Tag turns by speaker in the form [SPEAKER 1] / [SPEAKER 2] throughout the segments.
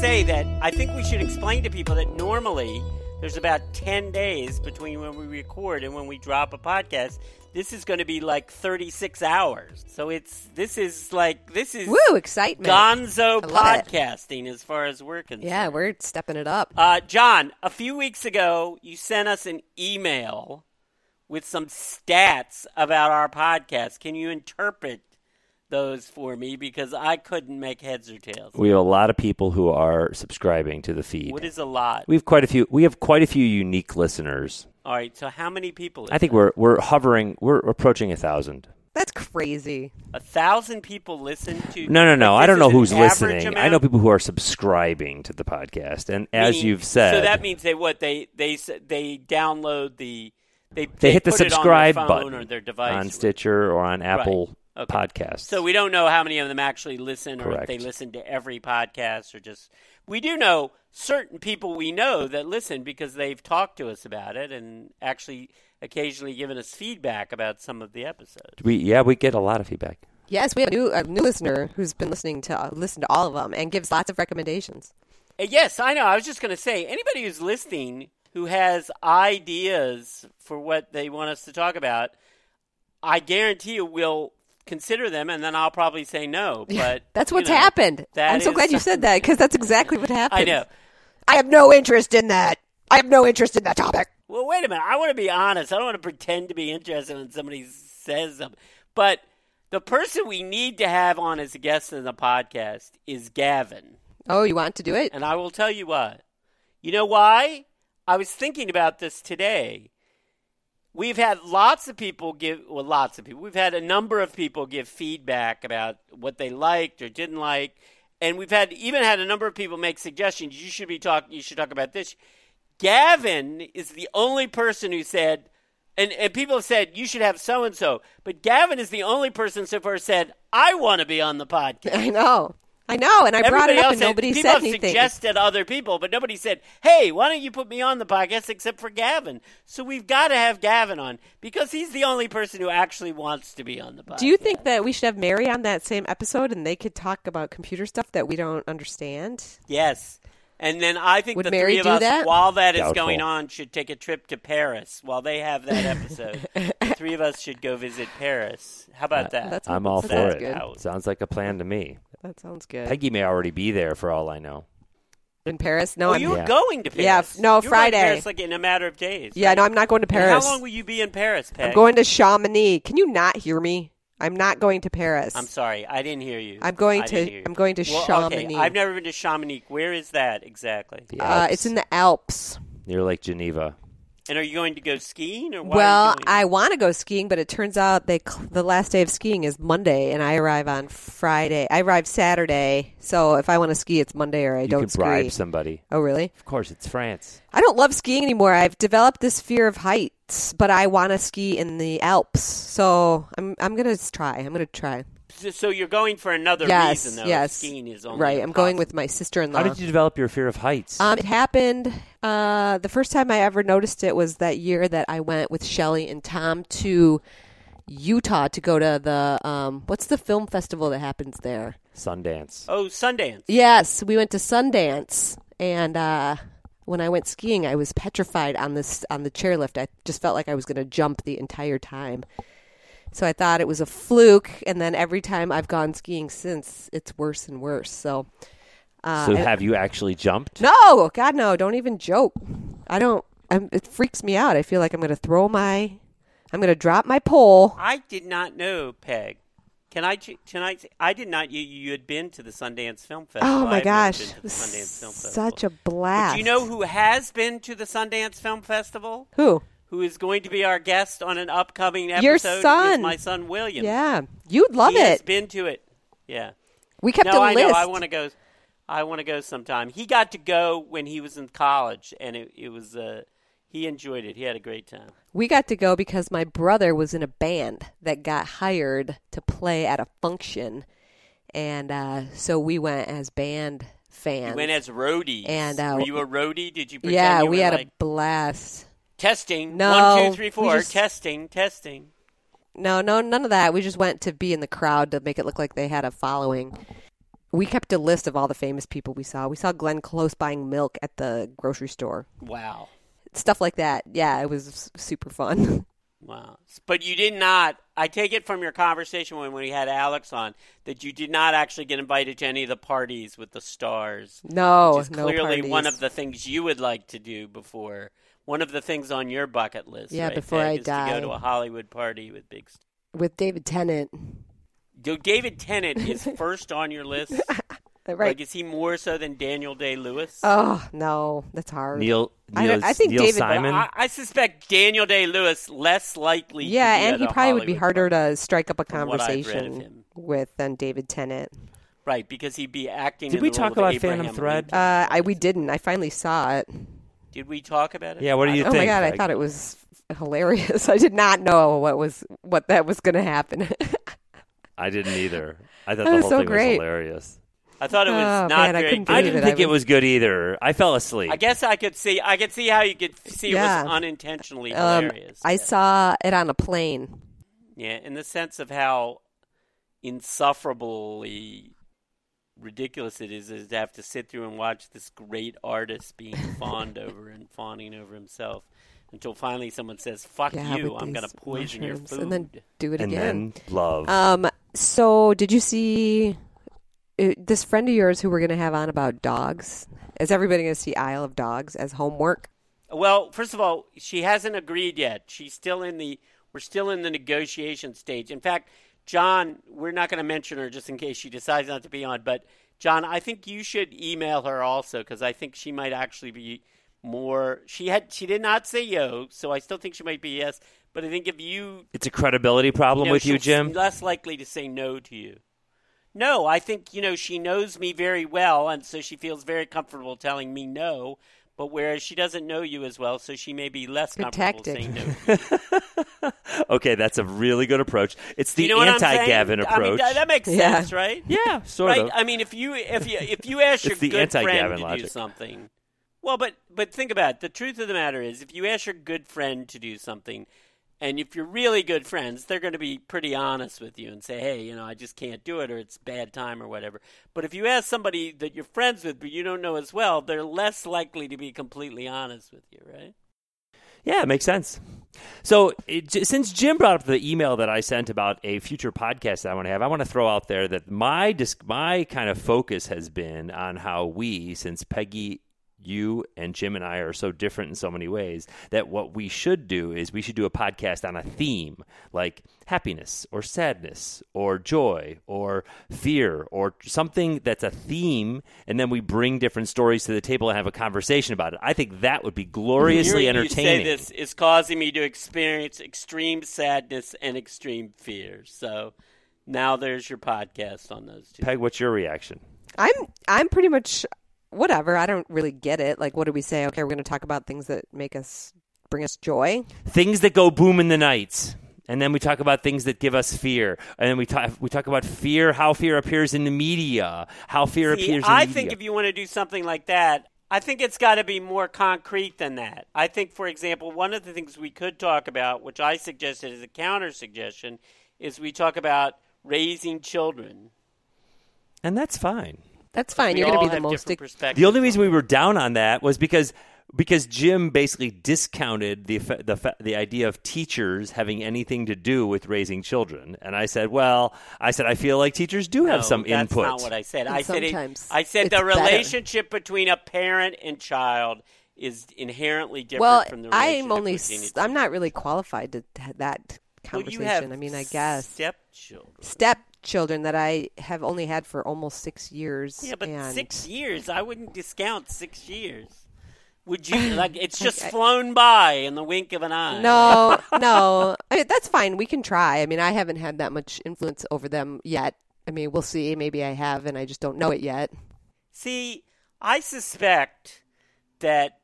[SPEAKER 1] say that I think we should explain to people that normally there's about 10 days between when we record and when we drop a podcast. This is going to be like 36 hours. So it's this is like this is
[SPEAKER 2] Woo, excitement.
[SPEAKER 1] gonzo
[SPEAKER 2] I love it.
[SPEAKER 1] podcasting as far as we're concerned.
[SPEAKER 2] Yeah, we're stepping it up.
[SPEAKER 1] Uh, John, a few weeks ago, you sent us an email with some stats about our podcast. Can you interpret those for me? Because I couldn't make heads or tails.
[SPEAKER 3] We have a lot of people who are subscribing to the feed.
[SPEAKER 1] What is a lot?
[SPEAKER 3] we have quite a few. We have quite a few unique listeners.
[SPEAKER 1] All right, so how many people? Is
[SPEAKER 3] I think we're we're hovering. We're approaching a thousand.
[SPEAKER 2] That's crazy.
[SPEAKER 1] a thousand people listen to.
[SPEAKER 3] No, no, no.
[SPEAKER 1] Like,
[SPEAKER 3] I
[SPEAKER 1] this
[SPEAKER 3] don't know
[SPEAKER 1] is an
[SPEAKER 3] who's
[SPEAKER 1] average
[SPEAKER 3] listening. I
[SPEAKER 1] amount?
[SPEAKER 3] know people who are subscribing to the podcast, and as
[SPEAKER 1] Meaning-
[SPEAKER 3] you've said,
[SPEAKER 1] so that means they what they they s- they download the they
[SPEAKER 3] they, hit the
[SPEAKER 1] put it on their
[SPEAKER 3] subscribe
[SPEAKER 1] phone
[SPEAKER 3] button
[SPEAKER 1] or their device
[SPEAKER 3] on Stitcher or on Apple
[SPEAKER 1] Okay.
[SPEAKER 3] Podcasts.
[SPEAKER 1] So we don't know how many of them actually listen or if
[SPEAKER 3] Correct.
[SPEAKER 1] they listen to every podcast or just. We do know certain people we know that listen because they've talked to us about it and actually occasionally given us feedback about some of the episodes.
[SPEAKER 3] we yeah, we get a lot of feedback.
[SPEAKER 2] Yes, we have a new, a new listener who's been listening to uh, listen to all of them and gives lots of recommendations.
[SPEAKER 1] Uh, Yes, I know. I was just going to say anybody who's listening who has ideas for what they want us to talk about, I guarantee you we'll consider them and then I'll probably say no. But
[SPEAKER 2] That's
[SPEAKER 1] you
[SPEAKER 2] what's
[SPEAKER 1] know,
[SPEAKER 2] happened.
[SPEAKER 1] that
[SPEAKER 2] I'm so
[SPEAKER 1] is
[SPEAKER 2] glad you said that because that's exactly what happened.
[SPEAKER 1] I know.
[SPEAKER 2] I have no interest in that. I have no interest in that topic.
[SPEAKER 1] Well, wait a minute. I want to be honest. I don't want to pretend to be interested when somebody says something. But the person we need to have on as a guest in the podcast is Gavin.
[SPEAKER 2] Oh, you want to do it?
[SPEAKER 1] And I will tell you why. You know why? I was thinking about this today. We've had lots of people give, well, lots of people. We've had a number of people give feedback about what they liked or didn't like, and we've had even had a number of people make suggestions. You should be talking. You should talk about this. Gavin is the only person who said, and, and people have said you should have so and so, but Gavin is the only person so far said I want to be on the podcast.
[SPEAKER 2] I know. I know. And I brought
[SPEAKER 1] Everybody
[SPEAKER 2] it up
[SPEAKER 1] else
[SPEAKER 2] and
[SPEAKER 1] had-
[SPEAKER 2] nobody
[SPEAKER 1] people
[SPEAKER 2] said
[SPEAKER 1] have
[SPEAKER 2] anything.
[SPEAKER 1] suggested other people, but nobody said, "Hey, why don't you put me on the podcast?" Except for Gavin. So we've got to have Gavin on because he's the only person who actually wants to be on the podcast.
[SPEAKER 2] do you think that we should have Mary on that same episode and they could talk about computer stuff that we don't understand?
[SPEAKER 1] Yes. And then I think
[SPEAKER 2] Would
[SPEAKER 1] the
[SPEAKER 2] Mary
[SPEAKER 1] three of
[SPEAKER 2] do
[SPEAKER 1] us,
[SPEAKER 2] that?
[SPEAKER 1] while that is
[SPEAKER 3] Doubtful.
[SPEAKER 1] going on, should take a trip to Paris while they have that episode. the three of us should go visit Paris. How about that?
[SPEAKER 2] Uh, That's
[SPEAKER 3] I'm all
[SPEAKER 2] that
[SPEAKER 3] for
[SPEAKER 2] sounds
[SPEAKER 3] it.
[SPEAKER 2] good.
[SPEAKER 1] Out.
[SPEAKER 3] Sounds like a plan to me.
[SPEAKER 2] That sounds good.
[SPEAKER 3] Peggy may already be there for all I know.
[SPEAKER 2] in Paris? No,
[SPEAKER 1] Oh,
[SPEAKER 2] I'm
[SPEAKER 1] you were
[SPEAKER 3] Yeah.
[SPEAKER 1] going to
[SPEAKER 2] Yeah,
[SPEAKER 1] Paris.
[SPEAKER 2] f- no,
[SPEAKER 1] You were going to
[SPEAKER 2] Friday.
[SPEAKER 1] Paris, like in a matter of days.
[SPEAKER 2] Yeah,
[SPEAKER 1] right?
[SPEAKER 2] no, I'm not going to
[SPEAKER 1] And
[SPEAKER 2] Paris.
[SPEAKER 1] How long will you be in Paris, Peg?
[SPEAKER 2] I'm going to Chamonix. Can you not hear me? I'm not going to Paris.
[SPEAKER 1] I'm sorry, I didn't hear you.
[SPEAKER 2] I'm going
[SPEAKER 1] I didn't
[SPEAKER 2] to-
[SPEAKER 1] hear you.
[SPEAKER 2] I'm going to
[SPEAKER 1] well,
[SPEAKER 2] Chamonix.
[SPEAKER 1] Okay. I've never been to Chamonix. Where is that exactly?
[SPEAKER 3] The
[SPEAKER 2] uh,
[SPEAKER 3] Alps,
[SPEAKER 2] it's in the Alps.
[SPEAKER 3] near Lake Geneva.
[SPEAKER 1] And are you going to go skiing or? Why are
[SPEAKER 2] Well,
[SPEAKER 1] you going?
[SPEAKER 2] I want to go skiing, but it turns out they cl- the last day of skiing is Monday, and I arrive on Friday. I arrive Saturday, so if I want to ski, it's Monday, or I
[SPEAKER 3] you
[SPEAKER 2] don't
[SPEAKER 3] can
[SPEAKER 2] ski.
[SPEAKER 3] bribe somebody.
[SPEAKER 2] Oh, really?
[SPEAKER 3] Of course, it's France.
[SPEAKER 2] I don't love skiing anymore. I've developed this fear of heights, but I want to ski in the Alps, so I'm I'm gonna s- try. I'm gonna try.
[SPEAKER 1] So, so you're going for another
[SPEAKER 2] yes,
[SPEAKER 1] reason though.
[SPEAKER 2] yes.
[SPEAKER 1] Skiing is only
[SPEAKER 2] right. I'm going
[SPEAKER 1] impossible.
[SPEAKER 2] with my sister-in-law.
[SPEAKER 3] How did you develop your fear of heights?
[SPEAKER 2] Um, it happened. Uh, the first time I ever noticed it was that year that I went with Shelly and Tom to Utah to go to the um, what's the film festival that happens there?
[SPEAKER 3] Sundance.
[SPEAKER 1] Oh, Sundance.
[SPEAKER 2] Yes, we went to Sundance, and uh, when I went skiing, I was petrified on this on the chairlift. I just felt like I was going to jump the entire time. So I thought it was a fluke, and then every time I've gone skiing since, it's worse and worse. So
[SPEAKER 3] so have you actually jumped?
[SPEAKER 2] uh, No, God, no! Don't even joke. I don't. I'm, it freaks me out. I feel like I'm going to throw my. I'm going to drop my pole.
[SPEAKER 1] I did not know, Peg. Can I? ch- Can I? I did not. You you had been to the Sundance Film Festival.
[SPEAKER 2] Oh
[SPEAKER 1] I
[SPEAKER 2] my
[SPEAKER 1] had never
[SPEAKER 2] gosh,
[SPEAKER 1] been to
[SPEAKER 2] it
[SPEAKER 1] the
[SPEAKER 2] was
[SPEAKER 1] Sundance Film
[SPEAKER 2] such
[SPEAKER 1] Festival.
[SPEAKER 2] a
[SPEAKER 1] But
[SPEAKER 2] blast.
[SPEAKER 1] do you know who has been to the Sundance Film Festival?
[SPEAKER 2] who?
[SPEAKER 1] Who is going to be our guest on an upcoming episode?
[SPEAKER 2] Your
[SPEAKER 1] is
[SPEAKER 2] son.
[SPEAKER 1] my son William.
[SPEAKER 2] Yeah, you'd love
[SPEAKER 1] he has
[SPEAKER 2] it.
[SPEAKER 1] been to it. Yeah.
[SPEAKER 2] We kept
[SPEAKER 1] no,
[SPEAKER 2] a
[SPEAKER 1] I
[SPEAKER 2] list.
[SPEAKER 1] know. I want to go. I want to go sometime. He got to go when he was in college, and it, it was. Uh, he enjoyed it. He had a great time.
[SPEAKER 2] We got to go because my brother was in a band that got hired to play at a function, and uh, so we went as band fans.
[SPEAKER 1] He went as roadies.
[SPEAKER 2] and, uh,
[SPEAKER 1] were you a roadie? Did you? Pretend
[SPEAKER 2] yeah,
[SPEAKER 1] you
[SPEAKER 2] we
[SPEAKER 1] were
[SPEAKER 2] had
[SPEAKER 1] like,
[SPEAKER 2] a blast.
[SPEAKER 1] testing.
[SPEAKER 2] No,
[SPEAKER 1] one, two, three,
[SPEAKER 2] we
[SPEAKER 1] four.
[SPEAKER 2] just-
[SPEAKER 1] Testing, testing.
[SPEAKER 2] No, no, none of that. We just went to be in the crowd to make it look like they had a following. we kept a list of all the famous people we saw. We saw Glenn Close buying milk at the grocery store.
[SPEAKER 1] Wow.
[SPEAKER 2] Stuff like that. Yeah, it was s- super fun.
[SPEAKER 1] Wow. But you did not, I take it from your conversation when, when we had Alex on, that you did not actually get invited to any of the parties with the stars.
[SPEAKER 2] No,
[SPEAKER 1] which is
[SPEAKER 2] Oh, no
[SPEAKER 1] clearly
[SPEAKER 2] parties.
[SPEAKER 1] one of the things you would like to do before, one of the things on your bucket list.
[SPEAKER 2] Yeah,
[SPEAKER 1] right,
[SPEAKER 2] before
[SPEAKER 1] Peg,
[SPEAKER 2] I
[SPEAKER 1] is To
[SPEAKER 2] die.
[SPEAKER 1] go to a Hollywood party with big stars.
[SPEAKER 2] with David Tennant.
[SPEAKER 1] Yo, David Tennant is first on your list.
[SPEAKER 2] Uh, Right.
[SPEAKER 1] Like, is he more so than Daniel Day Lewis?
[SPEAKER 2] oh no, that's hard.
[SPEAKER 3] Neil,
[SPEAKER 2] I
[SPEAKER 3] Neil,
[SPEAKER 2] don't- I think
[SPEAKER 3] Neil
[SPEAKER 2] David-
[SPEAKER 3] Simon.
[SPEAKER 1] I, I suspect Daniel Day Lewis less likely.
[SPEAKER 2] yeah,
[SPEAKER 1] to be
[SPEAKER 2] and
[SPEAKER 1] at
[SPEAKER 2] he
[SPEAKER 1] a
[SPEAKER 2] probably would be
[SPEAKER 1] Hollywood
[SPEAKER 2] harder
[SPEAKER 1] party.
[SPEAKER 2] to strike up a
[SPEAKER 1] from what I've read of
[SPEAKER 2] conversation
[SPEAKER 1] him.
[SPEAKER 2] with than David Tennant.
[SPEAKER 1] right because he'd be acting.
[SPEAKER 3] Did
[SPEAKER 1] in
[SPEAKER 3] we
[SPEAKER 1] the role
[SPEAKER 3] talk
[SPEAKER 1] of
[SPEAKER 3] about
[SPEAKER 1] Abraham
[SPEAKER 3] Phantom Thread?
[SPEAKER 1] Lincoln.
[SPEAKER 2] Uh, I we didn't. I finally saw it.
[SPEAKER 1] Did we talk about it?
[SPEAKER 3] yeah, what do
[SPEAKER 1] I
[SPEAKER 3] you
[SPEAKER 2] Oh
[SPEAKER 1] don't-
[SPEAKER 3] think?
[SPEAKER 2] my god, I
[SPEAKER 3] Peg?
[SPEAKER 2] thought it was hilarious. I did not know what was what that was going to happen.
[SPEAKER 3] I didn't either. I thought
[SPEAKER 2] That
[SPEAKER 3] the
[SPEAKER 2] was
[SPEAKER 3] whole
[SPEAKER 2] so
[SPEAKER 3] thing
[SPEAKER 2] great.
[SPEAKER 3] was hilarious.
[SPEAKER 1] I thought it was
[SPEAKER 2] Oh,
[SPEAKER 1] not
[SPEAKER 2] man, I
[SPEAKER 1] very.
[SPEAKER 2] couldn't
[SPEAKER 1] good.
[SPEAKER 3] I
[SPEAKER 2] believe
[SPEAKER 3] didn't
[SPEAKER 2] it.
[SPEAKER 3] think
[SPEAKER 2] I
[SPEAKER 3] it was good either. I fell asleep.
[SPEAKER 1] I guess I could see. I could see how you could see it
[SPEAKER 2] Yeah.
[SPEAKER 1] was unintentionally
[SPEAKER 2] Um,
[SPEAKER 1] hilarious.
[SPEAKER 2] I saw it on a plane.
[SPEAKER 1] yeah, in the sense of how insufferably ridiculous it is, is to have to sit through and watch this great artist being fawned over and fawning over himself until finally someone says, "Fuck
[SPEAKER 2] Yeah,
[SPEAKER 1] you!
[SPEAKER 2] with
[SPEAKER 1] I'm going to
[SPEAKER 2] these
[SPEAKER 1] poison your
[SPEAKER 2] mushrooms.
[SPEAKER 1] food."
[SPEAKER 2] and then do it
[SPEAKER 3] and
[SPEAKER 2] again.
[SPEAKER 3] then love.
[SPEAKER 2] Um. So, did you see uh, this friend of yours who we're going to have on about dogs? Is everybody going to see Isle of Dogs as homework?
[SPEAKER 1] Well, first of all, she hasn't agreed yet. She's still in the we're still in the negotiation stage. In fact, John, we're not going to mention her just in case she decides not to be on, but John, I think you should email her also cuz I think she might actually be more she had she did not say yo, so I still think she might be yes, but I think if you
[SPEAKER 3] it's a credibility problem
[SPEAKER 1] know,
[SPEAKER 3] with you,
[SPEAKER 1] she's
[SPEAKER 3] Jim.
[SPEAKER 1] Less likely to say no to you. No, I think you know she knows me very well, and so she feels very comfortable telling me no. But whereas she doesn't know you as well, so she may be less
[SPEAKER 2] Good
[SPEAKER 1] comfortable
[SPEAKER 2] tactic.
[SPEAKER 1] saying no.
[SPEAKER 3] okay, that's a really good approach. It's the
[SPEAKER 1] you know what I'm saying?
[SPEAKER 3] anti-Gavin
[SPEAKER 1] I mean,
[SPEAKER 3] approach.
[SPEAKER 1] that, that makes
[SPEAKER 2] Yeah.
[SPEAKER 1] sense, right?
[SPEAKER 3] yeah, sort
[SPEAKER 1] right. uh,
[SPEAKER 3] of.
[SPEAKER 1] I mean, if you if you if you ask your
[SPEAKER 3] It's the
[SPEAKER 1] good friend
[SPEAKER 3] anti-Gavin
[SPEAKER 1] to do
[SPEAKER 3] logic.
[SPEAKER 1] something, well, but but think about it. the truth of the matter is, if you ask your good friend to do something, and if you're really good friends, they're going to be pretty honest with you and say, hey, you know, I just can't do it, or it's bad time, or whatever. But if you ask somebody that you're friends with, but you don't know as well, they're less likely to be completely honest with you, right?
[SPEAKER 3] Yeah, it makes sense. So, it, j- since Jim brought up the email that I sent about a future podcast that I want to have, I want to throw out there that my dis- my kind of focus has been on how we, since Peggy, you, and Jim and I are so different in so many ways, that what we should do is we should do a podcast on a theme like happiness or sadness or joy or fear or something that's a theme, and then we bring different stories to the table and have a conversation about it. I think that would be gloriously
[SPEAKER 1] Hearing
[SPEAKER 3] entertaining.
[SPEAKER 1] You say this is causing me to experience extreme sadness and extreme fear. So now there's your podcast on those two.
[SPEAKER 3] Peg, what's your reaction?
[SPEAKER 2] I'm I'm pretty much whatever. I don't really get it. Like, what do we say? Okay, we're going to talk about things that make us bring us joy.
[SPEAKER 3] Things that go boom in the night. And then we talk about things that give us fear. And then we talk we talk about fear, how fear appears in the media, how fear
[SPEAKER 1] See,
[SPEAKER 3] appears in
[SPEAKER 1] I
[SPEAKER 3] the
[SPEAKER 1] think
[SPEAKER 3] media.
[SPEAKER 1] if you want to do something like that, I think it's got to be more concrete than that. I think, for example, one of the things we could talk about, which I suggested as a counter suggestion, is we talk about raising children.
[SPEAKER 3] and that's fine.
[SPEAKER 2] That's fine.
[SPEAKER 1] We
[SPEAKER 2] You're going
[SPEAKER 1] all
[SPEAKER 2] to be the
[SPEAKER 1] have
[SPEAKER 2] most.
[SPEAKER 1] different perspectives.
[SPEAKER 3] The only reason we were down on that was because because Jim basically discounted the effe- the fa- the idea of teachers having anything to do with raising children. And I said, well, I said I feel like teachers do have
[SPEAKER 1] No,
[SPEAKER 3] some
[SPEAKER 1] that's
[SPEAKER 3] input.
[SPEAKER 1] not what I said.
[SPEAKER 2] And
[SPEAKER 1] I said, it-
[SPEAKER 2] sometimes
[SPEAKER 1] I said
[SPEAKER 2] it's
[SPEAKER 1] the
[SPEAKER 2] better.
[SPEAKER 1] relationship between a parent and child is inherently different
[SPEAKER 2] well,
[SPEAKER 1] from the relationship
[SPEAKER 2] I'm only.
[SPEAKER 1] between
[SPEAKER 2] s-
[SPEAKER 1] a
[SPEAKER 2] I'm not really qualified to th- that
[SPEAKER 1] Well, you
[SPEAKER 2] conversation.
[SPEAKER 1] have
[SPEAKER 2] I mean, I guess
[SPEAKER 1] stepchildren.
[SPEAKER 2] stepchildren that I have only had for almost six years.
[SPEAKER 1] Yeah, but
[SPEAKER 2] and
[SPEAKER 1] six years, I wouldn't discount six years. Would you? Like, it's just
[SPEAKER 2] I-
[SPEAKER 1] flown by in the wink of an eye.
[SPEAKER 2] No, no. I mean, that's fine. We can try. I mean, I haven't had that much influence over them yet. I mean, we'll see. Maybe I have, and I just don't know it yet.
[SPEAKER 1] See, I suspect that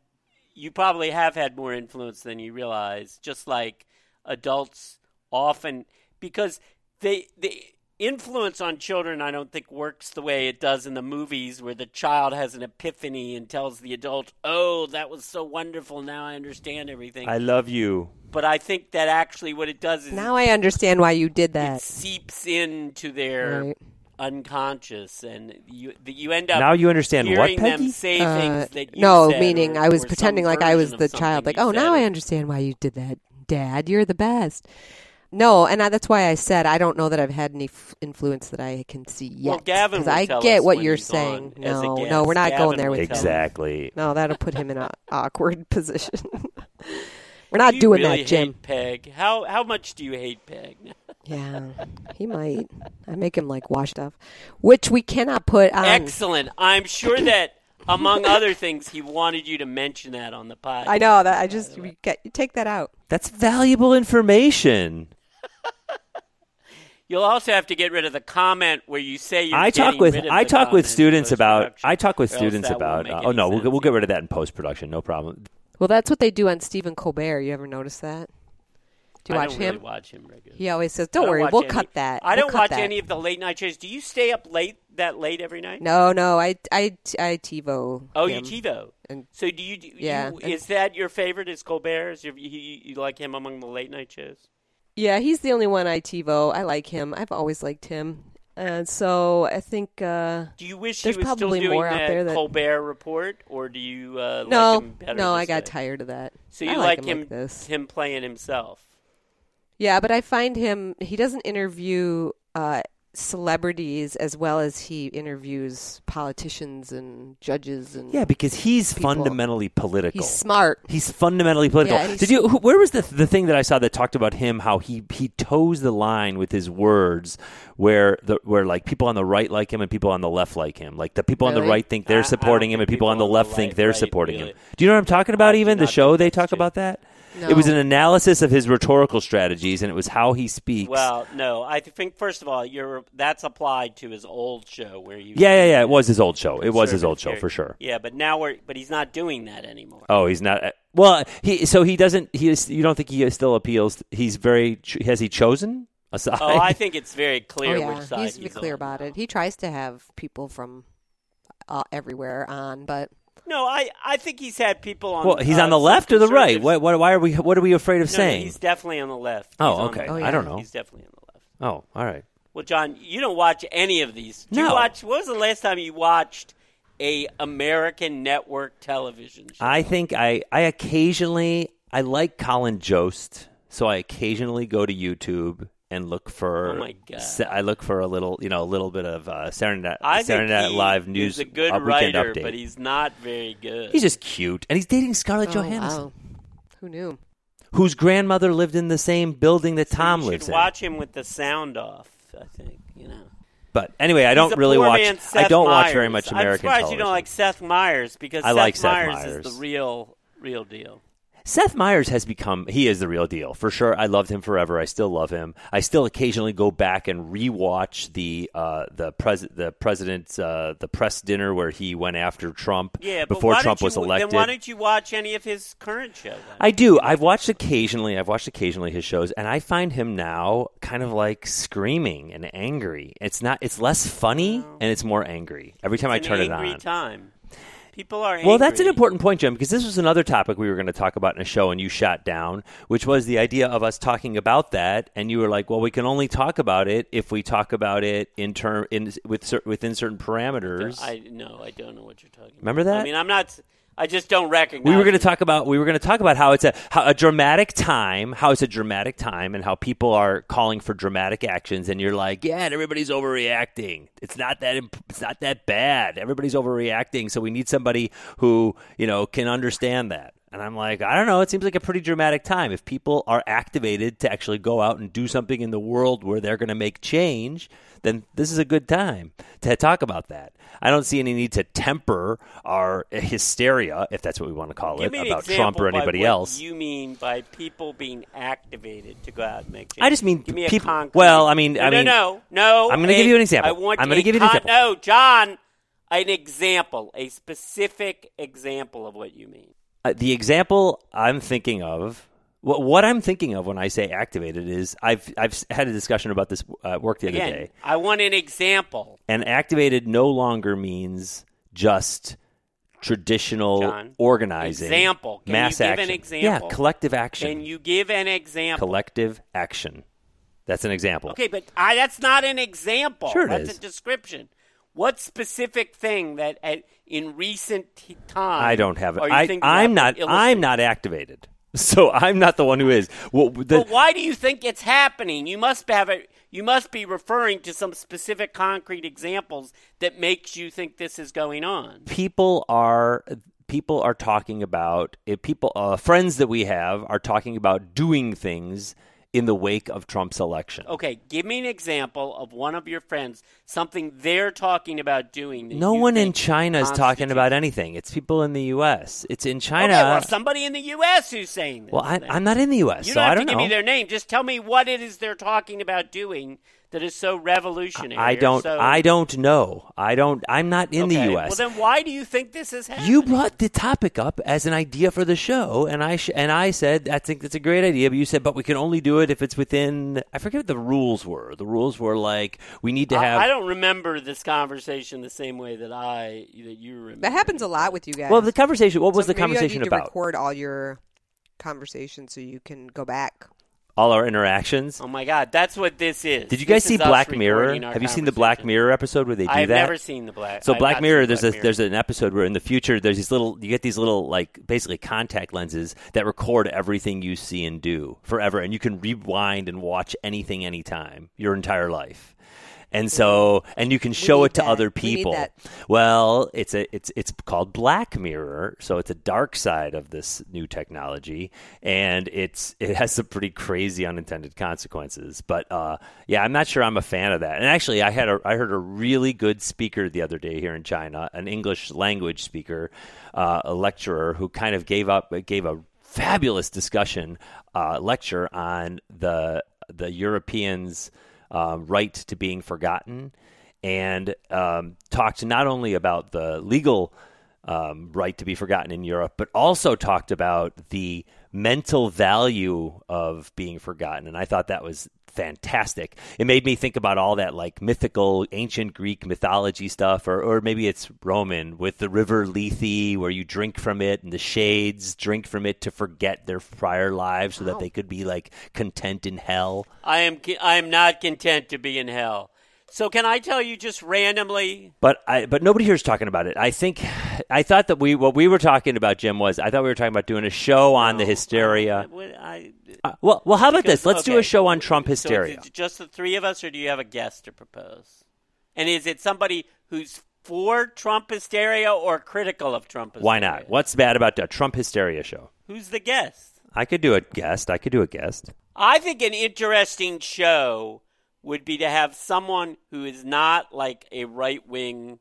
[SPEAKER 1] you probably have had more influence than you realize, just like adults often, because they, the influence on children, I don't think, works the way it does in the movies where the child has an epiphany and tells the adult, oh, that was so wonderful. Now I understand everything.
[SPEAKER 3] I love you.
[SPEAKER 1] but I think that actually what it does is it
[SPEAKER 2] Now I understand why you did that.
[SPEAKER 1] it seeps into their
[SPEAKER 2] Right.
[SPEAKER 1] unconscious, and you that you end up
[SPEAKER 3] now you understand
[SPEAKER 1] hearing
[SPEAKER 3] what Peggy.
[SPEAKER 1] them say things that you
[SPEAKER 2] Uh, no,
[SPEAKER 1] said
[SPEAKER 2] meaning
[SPEAKER 1] or-
[SPEAKER 2] I
[SPEAKER 1] or
[SPEAKER 2] was
[SPEAKER 1] some
[SPEAKER 2] pretending like I was
[SPEAKER 1] version of
[SPEAKER 2] the
[SPEAKER 1] something
[SPEAKER 2] child. Like,
[SPEAKER 1] you
[SPEAKER 2] oh, now
[SPEAKER 1] said.
[SPEAKER 2] I understand why you did that, Dad. You're the best. No, and I, that's why I said I don't know that I've had any f- influence that I can see yet.
[SPEAKER 1] Well, Gavin
[SPEAKER 2] 'cause
[SPEAKER 1] will
[SPEAKER 2] I
[SPEAKER 1] tell
[SPEAKER 2] get
[SPEAKER 1] us
[SPEAKER 2] what
[SPEAKER 1] when
[SPEAKER 2] you're
[SPEAKER 1] he's
[SPEAKER 2] saying.
[SPEAKER 1] on as a
[SPEAKER 2] No,
[SPEAKER 1] guest.
[SPEAKER 2] no, we're not
[SPEAKER 1] Gavin
[SPEAKER 2] going there
[SPEAKER 1] will
[SPEAKER 2] with
[SPEAKER 1] tell us.
[SPEAKER 3] exactly.
[SPEAKER 2] No, that'll put him in an awkward position. we're not
[SPEAKER 1] You
[SPEAKER 2] doing
[SPEAKER 1] really
[SPEAKER 2] that, Jim.
[SPEAKER 1] Hate Peg, how how much do you hate Peg?
[SPEAKER 2] Yeah, he might. I make him like wash stuff, which we cannot put on.
[SPEAKER 1] Excellent. I'm sure that among other things, he wanted you to mention that on the podcast.
[SPEAKER 2] I know that. I just we get, you take that out.
[SPEAKER 3] That's valuable information.
[SPEAKER 1] You'll also have to get rid of the comment where you say you're
[SPEAKER 3] I talk
[SPEAKER 1] getting
[SPEAKER 3] with
[SPEAKER 1] rid of
[SPEAKER 3] I
[SPEAKER 1] the
[SPEAKER 3] talk
[SPEAKER 1] comment
[SPEAKER 3] with
[SPEAKER 1] in
[SPEAKER 3] students about
[SPEAKER 1] post-production,
[SPEAKER 3] I talk with
[SPEAKER 1] or else
[SPEAKER 3] students
[SPEAKER 1] that won't
[SPEAKER 3] about
[SPEAKER 1] make
[SPEAKER 3] uh,
[SPEAKER 1] any
[SPEAKER 3] oh no we'll,
[SPEAKER 1] sense.
[SPEAKER 3] we'll get rid of that in post production no problem
[SPEAKER 2] Well, that's what they do on Stephen Colbert. You ever notice that? Do you
[SPEAKER 1] I
[SPEAKER 2] watch
[SPEAKER 1] don't
[SPEAKER 2] him?
[SPEAKER 1] really watch him regularly.
[SPEAKER 2] He always says,
[SPEAKER 1] I
[SPEAKER 2] "Don't worry,
[SPEAKER 1] watch
[SPEAKER 2] we'll
[SPEAKER 1] any-
[SPEAKER 2] cut that."
[SPEAKER 1] I don't
[SPEAKER 2] We'll cut
[SPEAKER 1] watch
[SPEAKER 2] that."
[SPEAKER 1] any of the late night shows. Do you stay up late that late every night?
[SPEAKER 2] No, no, I, I, I TiVo.
[SPEAKER 1] Oh,
[SPEAKER 2] him.
[SPEAKER 1] you TiVo.
[SPEAKER 2] And-
[SPEAKER 1] so do you? do
[SPEAKER 2] Yeah,
[SPEAKER 1] you-
[SPEAKER 2] and-
[SPEAKER 1] is that your favorite? Is Colbert? Is your, you, you, you like him among the late night shows?
[SPEAKER 2] Yeah, he's the only one I TiVo. I like him. I've always liked him, and so I think. Uh,
[SPEAKER 1] Do you wish
[SPEAKER 2] There's
[SPEAKER 1] he was
[SPEAKER 2] probably
[SPEAKER 1] still doing
[SPEAKER 2] more out
[SPEAKER 1] that,
[SPEAKER 2] there that-
[SPEAKER 1] Colbert report, or do you uh, like
[SPEAKER 2] no,
[SPEAKER 1] him better?
[SPEAKER 2] no,
[SPEAKER 1] this
[SPEAKER 2] I got
[SPEAKER 1] way?
[SPEAKER 2] tired of that.
[SPEAKER 1] So you
[SPEAKER 2] I
[SPEAKER 1] like,
[SPEAKER 2] like,
[SPEAKER 1] him
[SPEAKER 2] like this?
[SPEAKER 1] him playing himself?
[SPEAKER 2] Yeah, but I find him. He doesn't interview uh, celebrities as well as he interviews politicians and judges and.
[SPEAKER 3] yeah because he's
[SPEAKER 2] People.
[SPEAKER 3] fundamentally political
[SPEAKER 2] he's smart.
[SPEAKER 3] He's fundamentally political.
[SPEAKER 2] Yeah, he's-
[SPEAKER 3] Did you? who- Where was the the thing that I saw that talked about him? How he he toes the line with his words, where the where like people on the right like him and people on the left like him. Like the people on the
[SPEAKER 2] Really?
[SPEAKER 3] right
[SPEAKER 1] I-
[SPEAKER 3] think
[SPEAKER 1] I
[SPEAKER 3] they're
[SPEAKER 1] don't
[SPEAKER 3] supporting him,
[SPEAKER 1] think
[SPEAKER 3] and people on the left think
[SPEAKER 1] right-
[SPEAKER 3] they're
[SPEAKER 1] right
[SPEAKER 3] supporting
[SPEAKER 1] really-
[SPEAKER 3] him. Do you know what I'm talking about?
[SPEAKER 1] I do
[SPEAKER 3] even the
[SPEAKER 1] not
[SPEAKER 3] show,
[SPEAKER 1] think
[SPEAKER 3] they
[SPEAKER 1] that's
[SPEAKER 3] talk
[SPEAKER 1] true.
[SPEAKER 3] about that. It was
[SPEAKER 2] No.
[SPEAKER 3] an analysis of his rhetorical strategies, and it was how he speaks.
[SPEAKER 1] Well, no, I think first of all, you're that's applied to his old show where you.
[SPEAKER 3] yeah, yeah, yeah. It was his old show. It was his old show for sure.
[SPEAKER 1] Yeah, but now we're but he's not doing that anymore.
[SPEAKER 3] Oh, he's not. Well, he so he doesn't. He is, you don't think he still appeals? He's very. Has he chosen? a side?
[SPEAKER 1] Oh, I think it's very clear
[SPEAKER 2] oh yeah,
[SPEAKER 1] which side
[SPEAKER 2] he's,
[SPEAKER 1] he's,
[SPEAKER 2] clear
[SPEAKER 1] on
[SPEAKER 2] about
[SPEAKER 1] now.
[SPEAKER 2] it. He tries to have people from uh, everywhere on, but
[SPEAKER 1] No, I, I think he's had people on.
[SPEAKER 3] Well, he's
[SPEAKER 1] uh,
[SPEAKER 3] on the
[SPEAKER 1] some
[SPEAKER 3] left or the right.
[SPEAKER 1] conservatives-
[SPEAKER 3] What, what, why are we? What are we afraid of
[SPEAKER 1] No, no,
[SPEAKER 3] saying?
[SPEAKER 1] he's definitely on the left.
[SPEAKER 3] Oh,
[SPEAKER 1] He's on
[SPEAKER 3] okay.
[SPEAKER 1] the
[SPEAKER 2] Oh,
[SPEAKER 1] left.
[SPEAKER 2] yeah. I
[SPEAKER 3] don't know.
[SPEAKER 1] He's definitely on the left.
[SPEAKER 3] oh, all right.
[SPEAKER 1] Well, John, you don't watch any of these. Do You
[SPEAKER 3] No.
[SPEAKER 1] watch. What was the last time you watched a American network television show?
[SPEAKER 3] I think I I occasionally I like Colin Jost, so I occasionally go to YouTube and look for.
[SPEAKER 1] Oh, my God.
[SPEAKER 3] se- I look for a little, you know, a little bit of uh, Saturday Night,
[SPEAKER 1] I
[SPEAKER 3] Saturday
[SPEAKER 1] think
[SPEAKER 3] Night
[SPEAKER 1] he
[SPEAKER 3] Live news.
[SPEAKER 1] He's a good
[SPEAKER 3] uh, weekend
[SPEAKER 1] writer,
[SPEAKER 3] update.
[SPEAKER 1] but he's not very good.
[SPEAKER 3] He's just cute, and he's dating Scarlett
[SPEAKER 2] oh,
[SPEAKER 3] Johansson,
[SPEAKER 2] wow. who knew?
[SPEAKER 3] whose grandmother lived in the same building that
[SPEAKER 1] So
[SPEAKER 3] Tom
[SPEAKER 1] you should
[SPEAKER 3] lives in.
[SPEAKER 1] watch him with the sound off. I think you know.
[SPEAKER 3] But anyway, I
[SPEAKER 1] He's
[SPEAKER 3] don't
[SPEAKER 1] a
[SPEAKER 3] really
[SPEAKER 1] poor
[SPEAKER 3] watch.
[SPEAKER 1] man's
[SPEAKER 3] I
[SPEAKER 1] Seth
[SPEAKER 3] don't watch very
[SPEAKER 1] Meyers.
[SPEAKER 3] much
[SPEAKER 1] I'm
[SPEAKER 3] American
[SPEAKER 1] surprised
[SPEAKER 3] television.
[SPEAKER 1] you don't like Seth Meyers because
[SPEAKER 3] I
[SPEAKER 1] Seth
[SPEAKER 3] like Seth
[SPEAKER 1] Meyers,
[SPEAKER 3] Meyers.
[SPEAKER 1] is the real, real deal.
[SPEAKER 3] Seth Meyers has become he is the real deal for sure. I loved him forever. I still love him. I still occasionally go back and rewatch the uh, the pres the president's uh, the press dinner where he went after Trump
[SPEAKER 1] Yeah, but
[SPEAKER 3] before
[SPEAKER 1] why
[SPEAKER 3] Trump
[SPEAKER 1] don't you,
[SPEAKER 3] was elected.
[SPEAKER 1] Then why don't you watch any of his current show? Then?
[SPEAKER 3] I do. I've watched occasionally. I've watched occasionally his shows, and I find him now kind of like screaming and angry. It's not. It's less funny and it's more angry every time
[SPEAKER 1] It's
[SPEAKER 3] I
[SPEAKER 1] an
[SPEAKER 3] turn it
[SPEAKER 1] angry
[SPEAKER 3] on.
[SPEAKER 1] Time. People are
[SPEAKER 3] Well, that's an
[SPEAKER 1] angry.
[SPEAKER 3] important point, Jim, because this was another topic we were going to talk about in a show, and you shot down, which was the idea of us talking about that, and you were like, "Well, we can only talk about it if we talk about it in term in with cer- within certain parameters."
[SPEAKER 1] I no, I don't know what you're talking.
[SPEAKER 3] Remember
[SPEAKER 1] about.
[SPEAKER 3] that?
[SPEAKER 1] I mean, I'm not. I just don't recognize.
[SPEAKER 3] we were going to
[SPEAKER 1] it.
[SPEAKER 3] talk about we were going to talk about how it's a how a dramatic time, how it's a dramatic time, and how people are calling for dramatic actions, and you're like, "Yeah, and everybody's overreacting. It's not that imp- it's not that bad. Everybody's overreacting, so we need somebody who you know can understand that." And I'm like, I don't know. It seems like a pretty dramatic time. If people are activated to actually go out and do something in the world where they're going to make change, then this is a good time to talk about that. I don't see any need to temper our hysteria, if that's what we want to call
[SPEAKER 1] Give
[SPEAKER 3] it,
[SPEAKER 1] me an
[SPEAKER 3] about
[SPEAKER 1] example
[SPEAKER 3] Trump or
[SPEAKER 1] by
[SPEAKER 3] anybody
[SPEAKER 1] what
[SPEAKER 3] else.
[SPEAKER 1] You mean by people being activated to go out and make change?
[SPEAKER 3] I just mean
[SPEAKER 1] give me a
[SPEAKER 3] people-
[SPEAKER 1] concrete.
[SPEAKER 3] well, I mean-
[SPEAKER 1] no,
[SPEAKER 3] I mean-
[SPEAKER 1] no, no, no.
[SPEAKER 3] I'm gonna
[SPEAKER 1] a-
[SPEAKER 3] give you an example.
[SPEAKER 1] I want
[SPEAKER 3] I'm gonna
[SPEAKER 1] a
[SPEAKER 3] give you an
[SPEAKER 1] con-
[SPEAKER 3] example.
[SPEAKER 1] No, John, an example, a specific example of what you mean.
[SPEAKER 3] Uh, the example I'm thinking of, what, what I'm thinking of when I say activated is I've I've s- had a discussion about this uh, at work the other
[SPEAKER 1] Again,
[SPEAKER 3] day,
[SPEAKER 1] I want an example.
[SPEAKER 3] and activated no longer means just traditional
[SPEAKER 1] John,
[SPEAKER 3] organizing
[SPEAKER 1] example. Can you
[SPEAKER 3] mass
[SPEAKER 1] give an
[SPEAKER 3] action
[SPEAKER 1] example?
[SPEAKER 3] yeah collective action
[SPEAKER 1] Can you give an example?
[SPEAKER 3] collective action That's an example.
[SPEAKER 1] Okay, but I, that's not an example.
[SPEAKER 3] Sure it
[SPEAKER 1] that's
[SPEAKER 3] is.
[SPEAKER 1] a description. What specific thing that at, in recent t- time?
[SPEAKER 3] I don't have it.
[SPEAKER 1] Are you
[SPEAKER 3] I,
[SPEAKER 1] thinking
[SPEAKER 3] I'm
[SPEAKER 1] about
[SPEAKER 3] not.
[SPEAKER 1] to illustrate?
[SPEAKER 3] I'm not activated. So I'm not the one who is. Well, the,
[SPEAKER 1] But why do you think it's happening? You must have a, You must be referring to some specific concrete examples that makes you think this is going on.
[SPEAKER 3] people are people are talking about if people uh, friends that we have are talking about doing things in the wake of Trump's election.
[SPEAKER 1] Okay, give me an example of one of your friends, something they're talking about doing. that
[SPEAKER 3] No
[SPEAKER 1] you
[SPEAKER 3] one in
[SPEAKER 1] think
[SPEAKER 3] China is talking
[SPEAKER 1] constitutes-
[SPEAKER 3] about anything. It's people in the U.S. It's in China.
[SPEAKER 1] Okay, well, somebody in the U.S. who's saying this.
[SPEAKER 3] Well, I,
[SPEAKER 1] then.
[SPEAKER 3] I'm not in the U.S.,
[SPEAKER 1] You
[SPEAKER 3] so
[SPEAKER 1] don't have
[SPEAKER 3] I don't
[SPEAKER 1] to
[SPEAKER 3] know.
[SPEAKER 1] give me their name. Just tell me what it is they're talking about doing that is so revolutionary.
[SPEAKER 3] I
[SPEAKER 1] or
[SPEAKER 3] don't.
[SPEAKER 1] so-
[SPEAKER 3] I don't know. I don't. I'm not in
[SPEAKER 1] Okay,
[SPEAKER 3] the U.S.
[SPEAKER 1] Well, then why do you think this is happening?
[SPEAKER 3] you brought the topic up as an idea for the show, and I sh- and I said I think that's a great idea. But you said, but we can only do it if it's within. I forget what the rules were. The rules were like we need to
[SPEAKER 1] I-
[SPEAKER 3] have.
[SPEAKER 1] I, don't remember this conversation the same way that I that you remember.
[SPEAKER 2] That happens a lot with you guys.
[SPEAKER 3] well, the conversation. What was the
[SPEAKER 2] maybe
[SPEAKER 3] conversation
[SPEAKER 2] I need To
[SPEAKER 3] about?
[SPEAKER 2] record all your conversations so you can go back.
[SPEAKER 3] All our interactions.
[SPEAKER 1] Oh my God, that's what this is.
[SPEAKER 3] Did you guys
[SPEAKER 1] This
[SPEAKER 3] see
[SPEAKER 1] is us
[SPEAKER 3] Black
[SPEAKER 1] recording
[SPEAKER 3] Mirror?
[SPEAKER 1] our
[SPEAKER 3] Have you seen the Black
[SPEAKER 1] conversation.
[SPEAKER 3] Mirror episode where they do
[SPEAKER 1] I've
[SPEAKER 3] that?
[SPEAKER 1] never seen the Black.
[SPEAKER 3] So
[SPEAKER 1] I've
[SPEAKER 3] Black
[SPEAKER 1] not
[SPEAKER 3] Mirror,
[SPEAKER 1] seen
[SPEAKER 3] there's
[SPEAKER 1] Black
[SPEAKER 3] a,
[SPEAKER 1] Mirror.
[SPEAKER 3] there's an episode where in the future there's these little you get these little like basically contact lenses that record everything you see and do forever, and you can rewind and watch anything anytime your entire life. And so, and you can show
[SPEAKER 2] need
[SPEAKER 3] it to
[SPEAKER 2] that.
[SPEAKER 3] other
[SPEAKER 2] We need
[SPEAKER 3] people.
[SPEAKER 2] that.
[SPEAKER 3] Well, it's a it's it's called Black Mirror, so it's a dark side of this new technology, and it's it has some pretty crazy unintended consequences. But uh, yeah, I'm not sure I'm a fan of that. And actually, I had a I heard a really good speaker the other day here in China, an English language speaker, uh, a lecturer who kind of gave up gave a fabulous discussion uh, lecture on the the Europeans' uh, right to being forgotten and um, talked not only about the legal um, right to be forgotten in Europe, but also talked about the mental value of being forgotten. And I thought that was fantastic. It made me think about all that like mythical ancient Greek mythology stuff, or, or maybe it's Roman with the river Lethe, where you drink from it and the shades drink from it to forget their prior lives so that they could be like content in hell.
[SPEAKER 1] I am con- I am not content to be in hell. So can I tell you just randomly?
[SPEAKER 3] But I but nobody here's talking about it. I think I thought that we what we were talking about, Jim, was I thought we were talking about doing a show on the hysteria.
[SPEAKER 1] What- I-
[SPEAKER 3] Uh, well, well, how about this? Let's do a
[SPEAKER 1] okay.
[SPEAKER 3] show on Trump
[SPEAKER 1] So is
[SPEAKER 3] hysteria.
[SPEAKER 1] it just the three of us, or do you have a guest to propose? And is it somebody who's for Trump hysteria or critical of Trump hysteria?
[SPEAKER 3] Why not? What's bad about a Trump hysteria show?
[SPEAKER 1] Who's the guest?
[SPEAKER 3] I could do a guest. I could do a guest.
[SPEAKER 1] I think an interesting show would be to have someone who is not like a right wing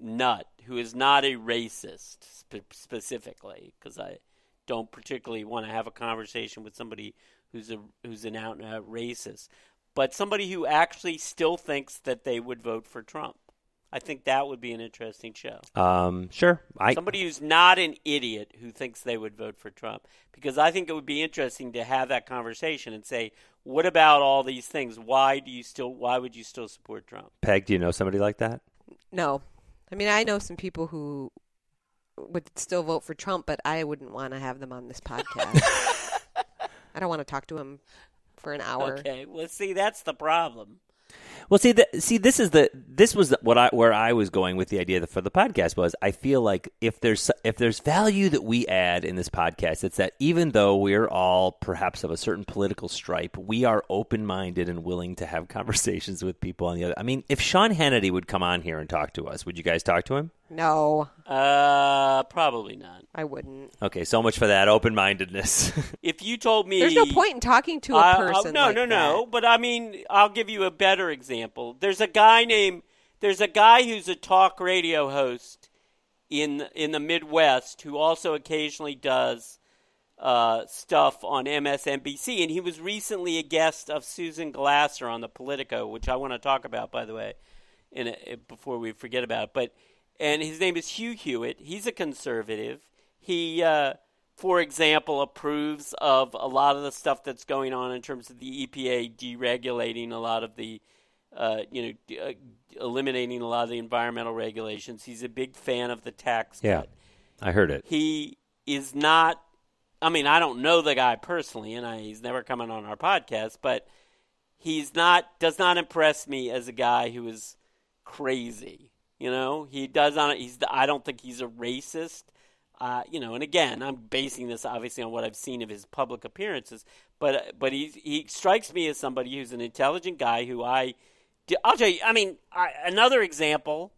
[SPEAKER 1] nut, who is not a racist sp- specifically, because I don't particularly want to have a conversation with somebody who's a who's an out and out racist, but somebody who actually still thinks that they would vote for Trump. I think that would be an interesting show.
[SPEAKER 3] Um, sure. I
[SPEAKER 1] Somebody who's not an idiot who thinks they would vote for Trump. Because I think it would be interesting to have that conversation and say, what about all these things? Why do you still why would you still support Trump?
[SPEAKER 3] Peg, do you know somebody like that?
[SPEAKER 2] No, I mean I know some people who would still vote for Trump, but I wouldn't want to have them on this podcast. I don't want to talk to him for an hour.
[SPEAKER 1] Okay. Well see that's the problem.
[SPEAKER 3] Well, see, the, see, this is the this was the, what I where I was going with the idea that for the podcast was I feel like if there's if there's value that we add in this podcast, it's that even though we're all perhaps of a certain political stripe, we are open minded and willing to have conversations with people on the other. I mean, if Sean Hannity would come on here and talk to us, would you guys talk to him?
[SPEAKER 2] No,
[SPEAKER 1] Uh probably not.
[SPEAKER 2] I wouldn't.
[SPEAKER 3] Okay, so much for that open mindedness.
[SPEAKER 1] If you told me
[SPEAKER 2] There's no point in talking to a
[SPEAKER 1] I- I'll-
[SPEAKER 2] person.
[SPEAKER 1] Uh, um, no,
[SPEAKER 2] like
[SPEAKER 1] no,
[SPEAKER 2] that.
[SPEAKER 1] no. But I mean, I'll give you a better example. There's a guy named there's a guy who's a talk radio host in in the Midwest who also occasionally does uh, stuff on MSNBC, and he was recently a guest of Susan Glasser on the Politico, which I want to talk about, by the way, in a, eh, before we forget about it. But and his name is Hugh Hewitt. He's a conservative. He, uh, for example, approves of a lot of the stuff that's going on in terms of the EPA deregulating a lot of the uh, you know, d- uh, eliminating a lot of the environmental regulations. He's a big fan of the tax cut.
[SPEAKER 3] yeah, I heard it.
[SPEAKER 1] He is not. I mean, I don't know the guy personally, and I, he's never coming on our podcast, but he's not does not impress me as a guy who is crazy. You know, he does not. He's the, I don't think he's a racist. Uh, you know, and again, I'm basing this obviously on what I've seen of his public appearances, but but he he strikes me as somebody who's an intelligent guy who I I'll tell you. I mean, I, another example.